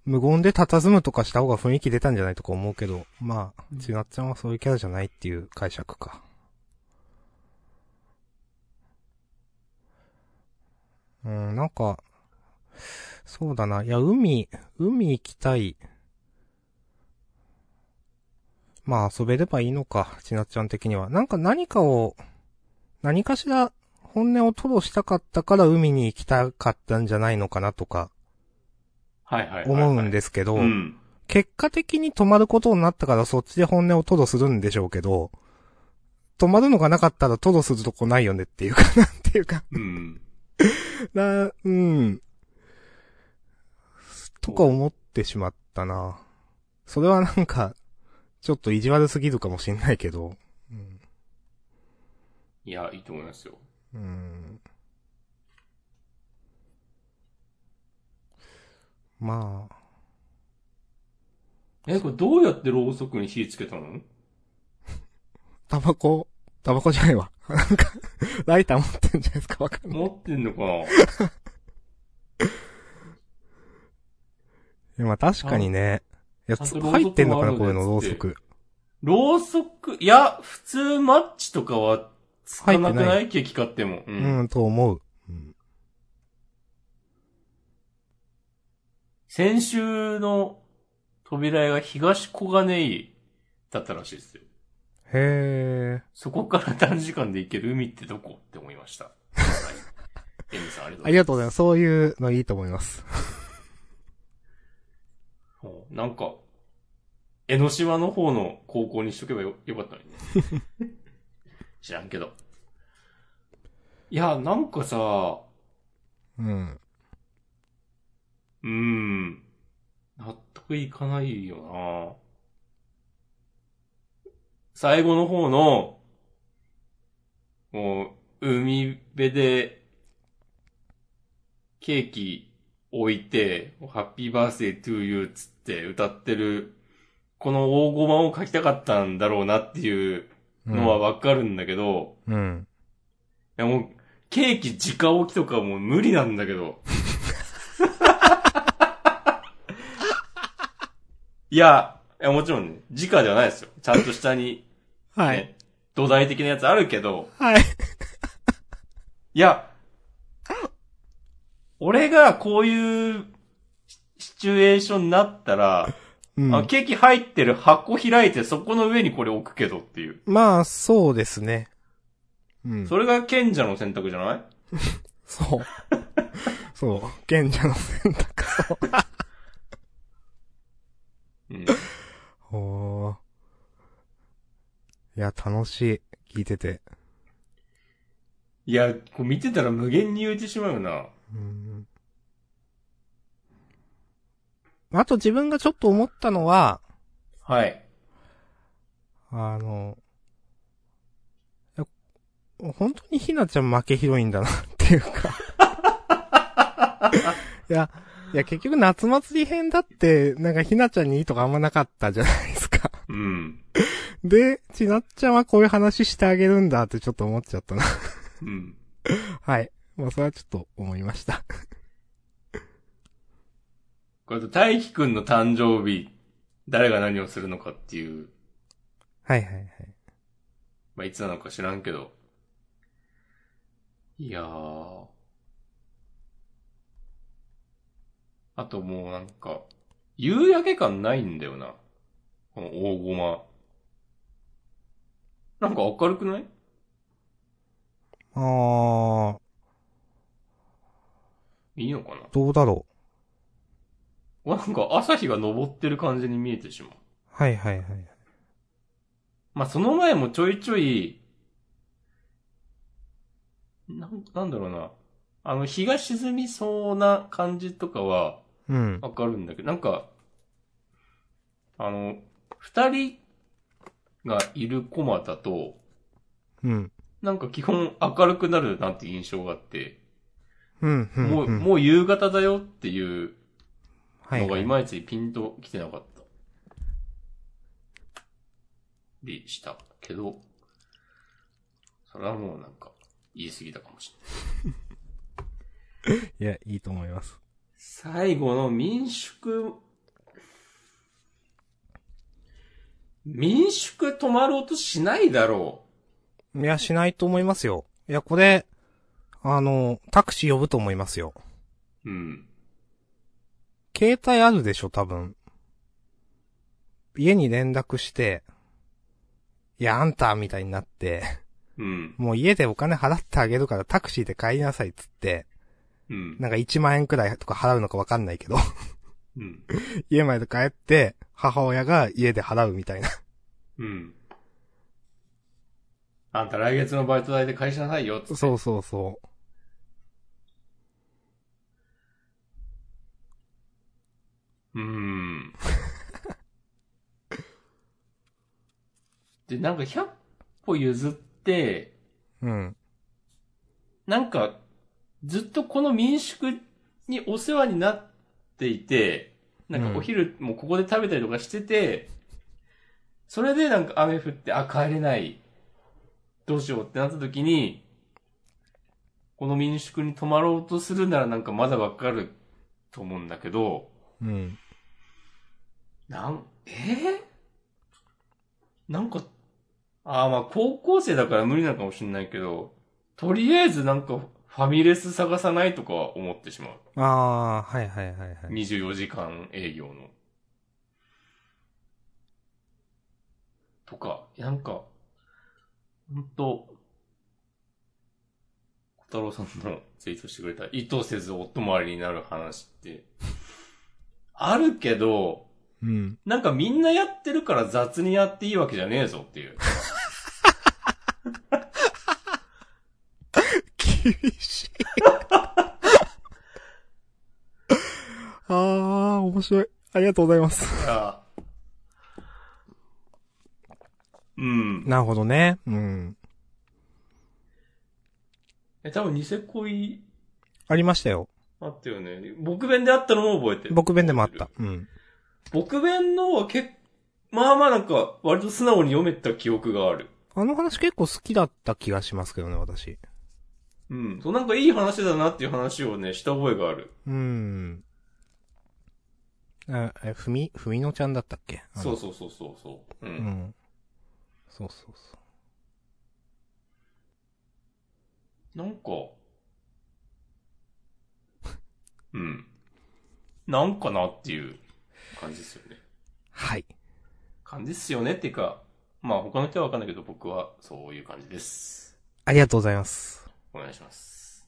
無言で佇むとかした方が雰囲気出たんじゃないとか思うけど、まあ、うんちなっちゃんはそういうキャラじゃないっていう解釈か。うん、なんか、そうだな。いや、海、海行きたい。まあ、遊べればいいのか、ちなっちゃん的には。なんか何かを、何かしら本音を吐露したかったから海に行きたかったんじゃないのかなとかはいはいはい、はい。思うんですすけど、うん。結果的に止まることになったからそっちで本音を吐露するんでしょうけど、止まるのがなかったら吐露するとこないよねっていうか、 (laughs) なんていうか、うん。な、うん。とか思ってしまったな。それはなんか、ちょっと意地悪すぎるかもしんないけど。うん。いや、いいと思いますよ。うん。まあ、え、これどうやってろうそくに火つけたのタバコ、タバコじゃないわ。なんか、ライター持ってんじゃないですかわかんない。持ってんのかないやまあ確かにね。いや、ちゃんとつろうそく入ってんのかな、もあこるれんだのよろうつっそてく。ろうそく、いや、普通マッチとかはつかなくない入ってなケーキ買っても。う。うんん、と思う。うん。先週の扉絵が東小金井だったらしいですよ。へえ。そこから短時間で行ける海ってどこって思いました。はい。エミさん、ありがとうございます。ありがとうございます。そういうのいいと思います。もうなんか、江ノ島の方の高校にしとけばよよかったのにね。知らんけど。いや、なんかさ、うん。うーん、納得いかないよな最後の方の、もう、海辺で、ケーキ置いて、ハッピーバースデートゥーユーつって歌ってる、この大駒を書きたかったんだろうなっていうのはわかるんだけど、うん。いやもう、ケーキ直置きとかもう無理なんだけど。いや、いやもちろんね、直ではないですよ。ちゃんと下に、ねはい。土台的なやつあるけど、はい。いや、俺がこういうシシチュエーションになったら、うんあケーキ入ってる箱開いてそこの上にこれ置くけどっていう。まあ、そうですね。うん。それが賢者の選択じゃないそう。そう。賢者の選択。 (laughs) うん。おーいや、楽しい。聞いてて。いや、こう見てたら無限に言えてしまうよな。うん。あと自分がちょっと思ったのは、はい。あの、いや本当にひなちゃん負け広いんだなっていうか。いや、いや結局夏祭り編だって、なんかひなちゃんにいいとかあんまなかったじゃないですか。うん。で、ちなっちゃんはこういう話してあげるんだってちょっと思っちゃったな。うん。はい。まあそれはちょっと思いました。これと、大輝くんの誕生日、誰が何をするのかっていう、はいはいはい。まあ、いつなのか知らんけど。いやー。あともうなんか、夕焼け感ないんだよな。この大駒。なんか明るくないあー、いいのかなどうだろう。わなんか朝日が昇ってる感じに見えてしまう。はいはいはい。まあ、その前もちょいちょい、なん、なんだろうな。あの、日が沈みそうな感じとかはうん。わかるんだけど、なんか、あの、二人がいるコマだと、うん。なんか基本明るくなるなんて印象があって、うん、うん。もう、んもう夕方だよっていうはのいがはいまいちピンと来てなかった。りしたけど、それはもうなんか言い過ぎたかもしれない。いや、いいと思います。最後の民宿、民宿泊まろうとしないだろいや、しないと思いますよ。いや、これ、あの、タクシー呼ぶと思いますよ。う。うん。携帯あるでしょ、多分。家に連絡して、いや、あんた、みたいになって、うん。もう家でお金払ってあげるからタクシーで帰りなさいっつって、うん。なんか1万円くらいとか払うのかわかんないけど、うん。家まで帰って、母親が家で払うみたいな。うん。あんた来月のバイト代で返しなさいよ、つって。そうそうそーん。で、なんか100歩譲って、う。うん。なんか、ずっとこの民宿にお世話になっていて、なんうんかお昼もここで食べたりとかしてて、それでなんか雨降って、あ、帰れない。どうしようってなった時に、この民宿に泊まろうとするならなんかまだわかると思うんだけど、うん。なん、えーなんか、ああまあ高校生だから無理なのかもしれないけど、とりあえずなんかファミレス探さないとか思ってしまう。あー、はいはいはいはい。 24時間営業の。とか、なんか、ほんと、小太郎さんのツイートしてくれた意図せず夫回りになる話って、あるけど、うん。なんかみんなやってるから雑にやっていいわけじゃねえぞって (laughs) いう。厳しい。あー、面白い。ありがとうございます。あうん。なるほどね。うん。え、多分ニセ恋ありましたよ。あったよね。僕弁であったのも覚えてる。僕弁でもあった。うん。僕弁のは結まあまあなんか、割と素直に読めた記憶がある。あの話結構好きだった気がしますけどね、私。うん。そう、なんかいい話だなっていう話をね、した覚えがある。うん。あ、え、ふみ、ふみのちゃんだったっけそうそうそうそうそう。う。ううんん。そうそうそなんか、うん。なんかなっていう感じですよね。う。はい。感じっすよねっていうか、まあ他の人はわかんないけど、僕はそういう感じです。ありがとうございます。お願いします。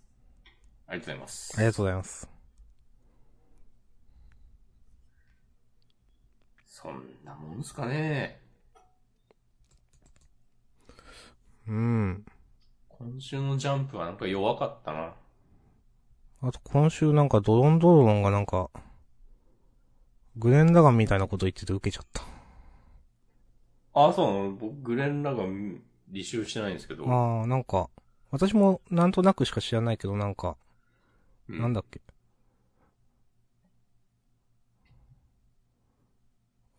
ありがとうございます。ありがとうございます。そんなもんすかね。うん。今週のジャンプはなんか弱かったな。あと今週なんかドロンドロンがなんか、グレンダガンみたいなこと言ってて受けちゃった。あ、そうなの僕、グレンラガン、履修してないんですけど。ああ、なんか、私もなんとなくしか知らないけどなんか、うんなんだっけ。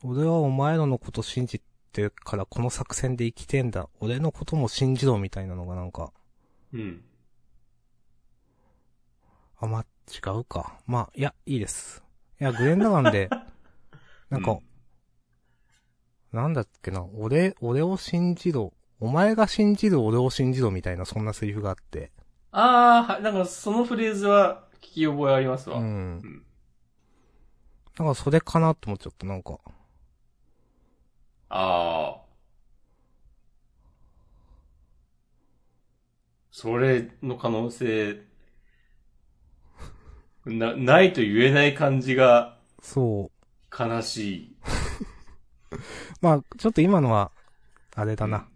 俺はお前らのこと信じてるからこの作戦で生きてんだ。俺のことも信じろみたいなのがなんか、うん。あ、まあ、違うか。まあ、いや、いいです。いや、グレンダガ (laughs) ンで、なんか、うんなんだっけな、俺、俺を信じろ。お前が信じる俺を信じろみたいなそんなセリフがあって。ああ、はいなんかそのフレーズは聞き覚えありますわ。う。うんんなんかそれかなって思っちゃった、なんか。ああ。それの可能性、な、ないと言えない感じがそう。悲しい。まあ、ちょっと今のは、あれだな。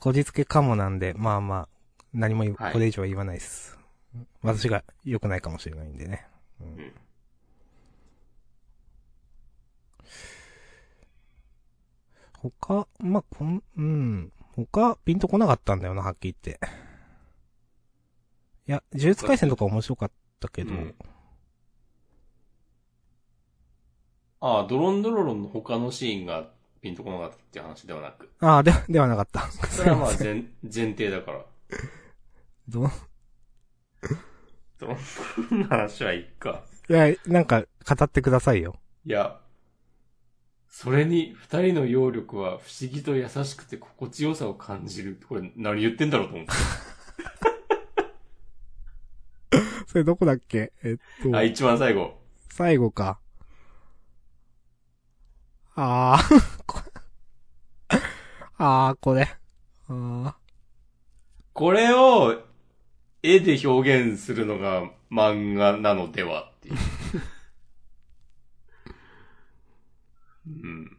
こじつけかもなんで、まあまあ、何も言うはいこれ以上は言わないです。私が良くないかもしれないんでね。うんん他、まあ、こん、うん。他、ピンとこなかったんだよな、はっきり言って。いや、呪術回戦とか面白かったけど、うんああ、ドロンドロロンの他のシーンがピンとこなかったっていう話ではな (laughs) く。ああ、で、ではなかった。 (laughs) それはまあ前前提だから。どうドロンドロロンの話はいいか。いや、なんか、語ってくださいよ。いや、それに二人の揚力は不思議と優しくて心地よさを感じる。これ何言ってんだろうと思って。それどこだっけえっと、あ、一番最後。最後か。あーこ (laughs) あー、これ。あーこれを絵で表現するのが漫画なのではっていう。うん。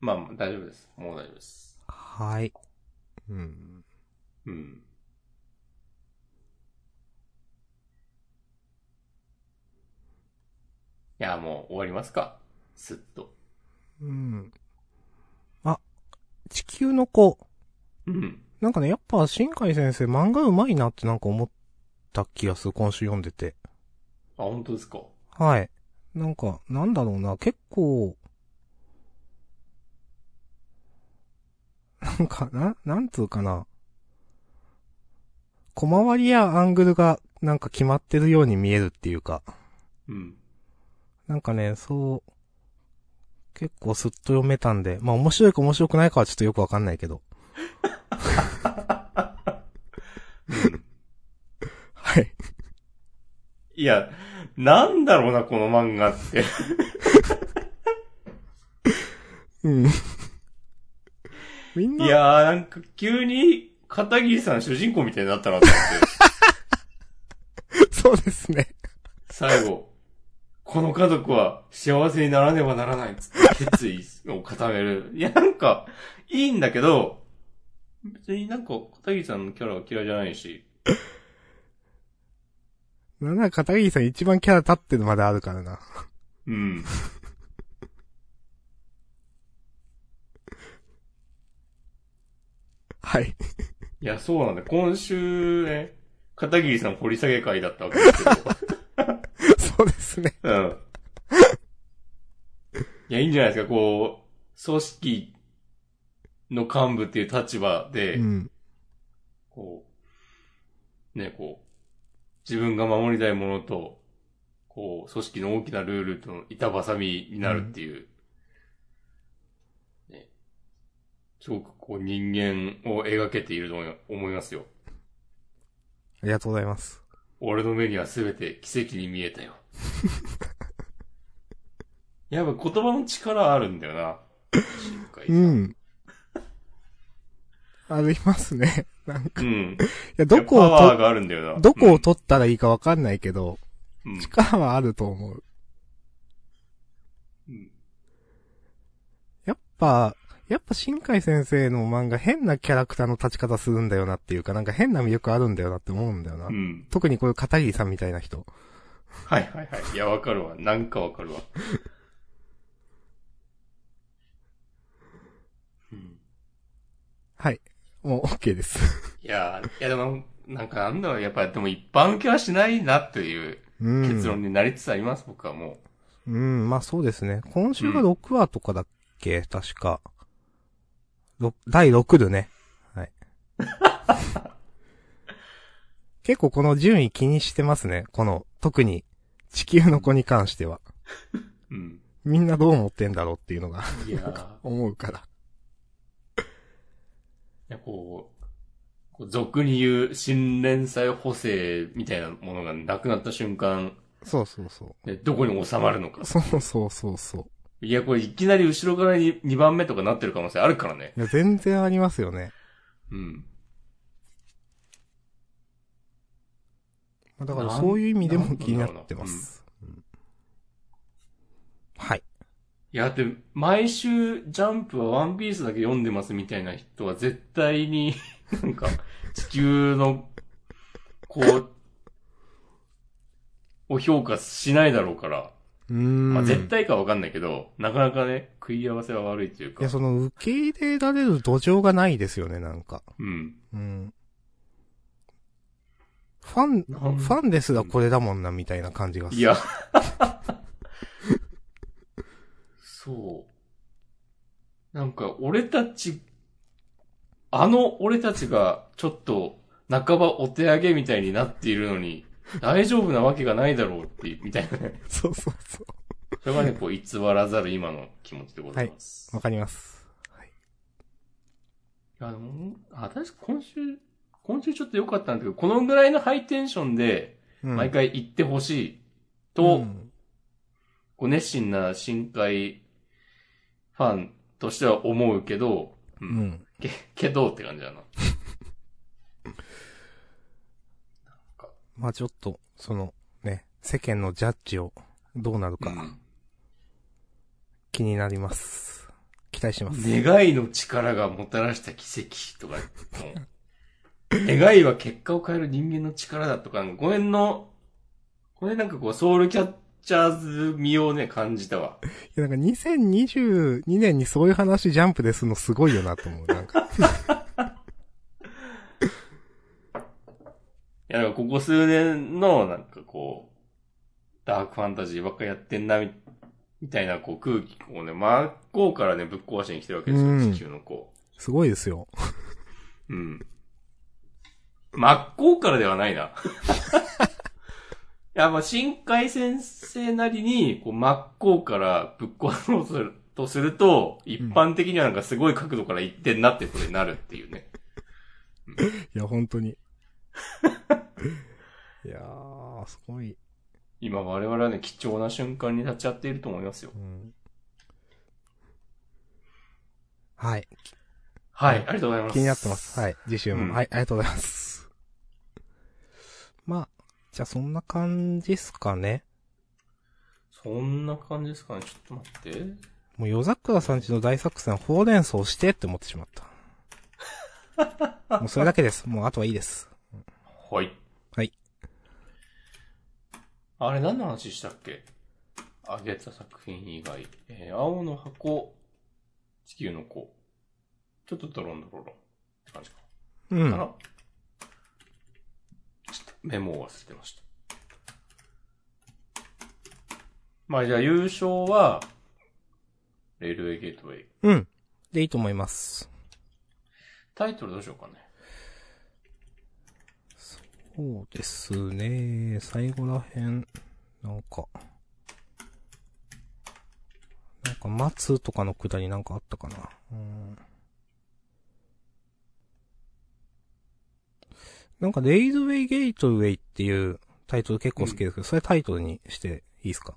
まあまあ、大丈夫です。もう大丈夫です。はい。うん。うん。いや、もう終わりますか。すっと。うん。あ、地球の子。うん。なんかね、やっぱ、新海先生漫画上手いなってなんか思った気がする。今週読んでて。あ、本当ですか。はい。なんか、なんだろうな、結構、なんか、な、なんつうかな。小回りやアングルが、なんか決まってるように見えるっていうか。うん。なんかね、そう、結構スッと読めたんで、まあ面白いか面白くないかはちょっとよくわかんないけど。 (laughs) はい。いや、なんだろうな、この漫画って。うん。みんいな、やー、なんか急に、片桐さん主人公みたいになったなと思って、 (laughs) そうですね。最後、この家族は幸せにならねばならないっつって決意を固める。いや、なんか、いいんだけど、別になんか片桐さんのキャラは嫌いじゃないし、なんなら片桐さん一番キャラ立ってるまであるからな。うん。はい。いや、そうなんだ。今週ね、片桐さん掘り下げ会だったわけですけど。 (laughs) そうですね。うん。いや、いいんじゃないですか、こう、組織の幹部っていう立場で、うん。こう、ね、こう、自分が守りたいものと、こう、組織の大きなルールとの板挟みになるっていう、ね、すごくこう人間を描けていると思い思いますよ。ありがとうございます。俺の目には全て奇跡に見えた (laughs) よ。やっぱ言葉の力あるんだよな。新海さう。ん。ありますね。なんか、ういん。や、どこいやパワーをがあるんだよな。と、どこを取ったらいいかわかんないけど、うん、うん力はあると思う。うんやっぱ、やっぱ新海先生の漫画変なキャラクターの立ち方するんだよなっていうか、なんか変な魅力あるんだよなって思うんだよな。うん。特にこういう片桐さんみたいな人。はいはいはい。いや、わかるわ。なんかわかるわ。うんはい。もう OK です。いや、いやでも、なんかなんだろう、やっぱ、でも一般受けはしないなといううん。結論になりつつあります、僕はもうん、まあそうですね。今週が6話とかだっけ、確か。ろ第6部ね。 (laughs) はい。結構この順位気にしてますね。この、特に地球の子に関しては。う。うん。みんなどう思ってんだろうっていうのがいやー、 (laughs) 思うから。いやこう、こう俗に言う新連載補正みたいなものがなくなった瞬間、そうそうそね、どこに収まるのかう。。そうそうそうそいや、これいきなり後ろからに2番目とかなってる可能性あるからね。う。いや、全然ありますよね。うん。まあだからなんそういう意味でなもんだ気ろうにななってます。うんはい。いや、だって、毎週、ジャンプはワンピースだけ読んでますみたいな人は絶対に、 (laughs) なんか、地球の、こう、を評価しないだろうから。うーん。まあ、絶対かわかんないけど、なかなかね、食い合わせは悪いといういかや、。その、受け入れられる土壌がないですよね、なんか。うん。うん。ファン、なんファンですらこれだもんな、みたいな感じがする。いや。そう。なんか、俺たち、あの俺たちが、ちょっと、半ばお手上げみたいになっているのに、大丈夫なわけがないだろうって、みたいなね。そうそうそそれがね、こう、偽らざる今の気持ちでございます。う。わかります。はい。いや、でも、私、今週、今週ちょっと良かったんだけど、このぐらいのハイテンションで、うん毎回行ってほしいと、うんこう熱心な深海ファンとしては思うけど、ううんん。け、けどって感じだな。まあちょっと、その、ね、世間のジャッジを、どうなるか、気になります。期待してます。願いの力がもたらした奇跡とか、もう願いは結果を変える人間の力だとか、この辺の、これなんかこう、ソウルキャッチャーズ味をね、感じたわ。いや、なんか2022年にそういう話ジャンプでするのすごいよなと思う。なんか、いや、なんかここ数年の、なんかこう、ダークファンタジーばっかやってんな、みみたいな、こう、空気をね、真っ向からね、ぶっ壊しに来てるわけですうよ、ん地球のこすごいですよ。う。うん。真っ向からでは (laughs) ないな。いや、まあ、深海先生なりに、こう、真っ向からぶっ壊そうとするとすると、一般的にはなんかすごい角度から言ってんなってことになるっていうね。いや、本当 (laughs) に。いやー、すごい。今我々はね、貴重な瞬間に立ち会っていると思いますよ。うんはい。はい、ありがとうございます。気になってます。はい。次週も。うんはい。ありがとうございます。まあ、じゃあそんな感じっすかね。そんな感じですかね。ちょっと待って。もう夜桜さんちの大作戦、ほうれん草してって思ってし (laughs) まった。もうそれだけです。もうあとはいいです。はい。はい。あれ、何の話したっけあげた作品以外。えー青の箱、地球の子。ちょっとドロンドロロンって感じかうな。あらん。ちょっとメモを忘れてました。まあじゃあ優勝は、レールウェイゲートウェイ。うん。で、いいと思います。タイトルどうしようかね。そうですね。最後らへん、なんか。なんか、待つとかのくだりなんかあったかな。うん。なんか、レイズウェイゲートウェイっていうタイトル結構好きですけど、それタイトルにしていいですか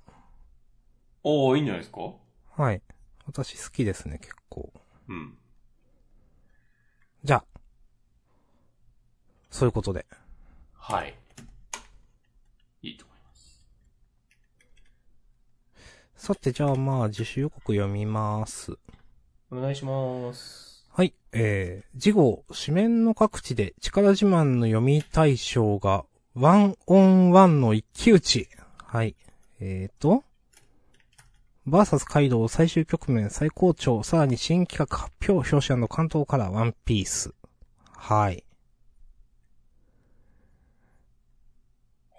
おおいいんじゃないですかはい。私好きですね、結構。うん。じゃあ。そういうことで。はい。いいと思います。さて、じゃあまあ、自主予告読みます。お願いします。はい。えー、次号、紙面の各地で力自慢の読み対象が、ワンオンワンの一騎打ち。はい。えーと、バーサスカイドウ最終局面最高潮、さらに新企画発表、表紙関東からワンピース。はい。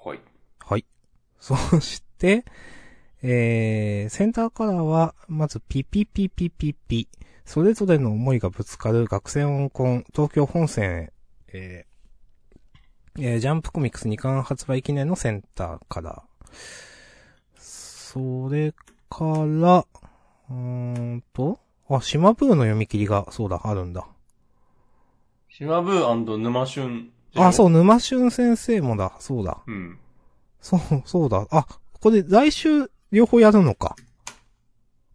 はい。はい。 (laughs) そして、えー、センターカラーは、まずピピピピピピ。それぞれの思いがぶつかる学生音コン、東京本線へ、えーえージャンプコミックス2巻発売記念のセンターカラー。それから、うーんと、あ、島ブーの読み切りが、そうだ、あるんだ。島ブー沼春。。あ、そうう、沼俊先生もだ、そうだ。うん。そう、そうだ。あ、これ来週両方やるのか。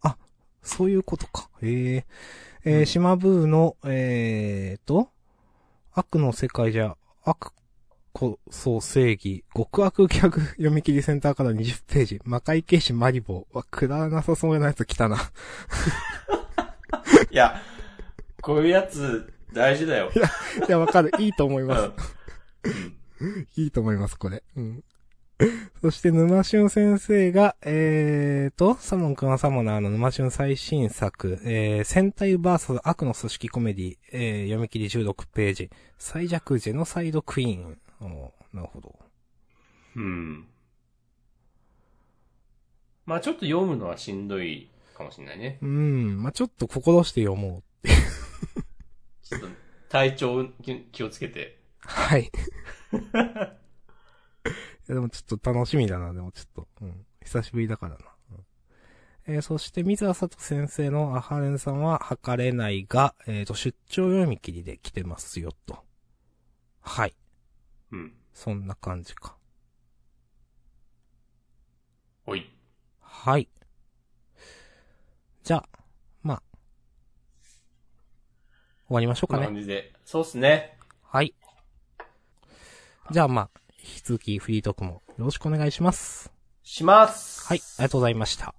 あ、そういうことか。えええーうん島ブーの、えーと、悪の世界じゃ、悪こそ正義、極悪ギャグ読み切りセンターから20ページ、魔界警視マリボーはくだらなさそうなやつ来たな。いや、こういうやつ、大事だよ。いや、わかる。いいと思いうん。ます。いいと思います、これ。うん。 (laughs) そして、沼俊先生が、えーと、サモン君はサモナーの沼俊最新作、えー、戦隊バーサス悪の組織コメディ、えー、読み切り16ページ、最弱ジェノサイドクイーン。おーなるほど。うん。まあちょっと読むのはしんどいかもしれないね。うん、まあ、ちょっと心して読もう。ちょっと体調気気をつけて。はい。いやでもちょっと楽しみだな、でもちょっと。うん。久しぶりだからな。うんえーそして、水浅と先生のアハレンさんは測れないが、えっ、と、出張読み切りで来てますよ、と。はい。うん。そんな感じか。おい。はい。じゃあ、まあ。終わりましょうこかんなね感。じで。そうっすね。はい。じゃあ、まあ、引き続きフリートークもよろしくお願いします。します。はい、ありがとうございました。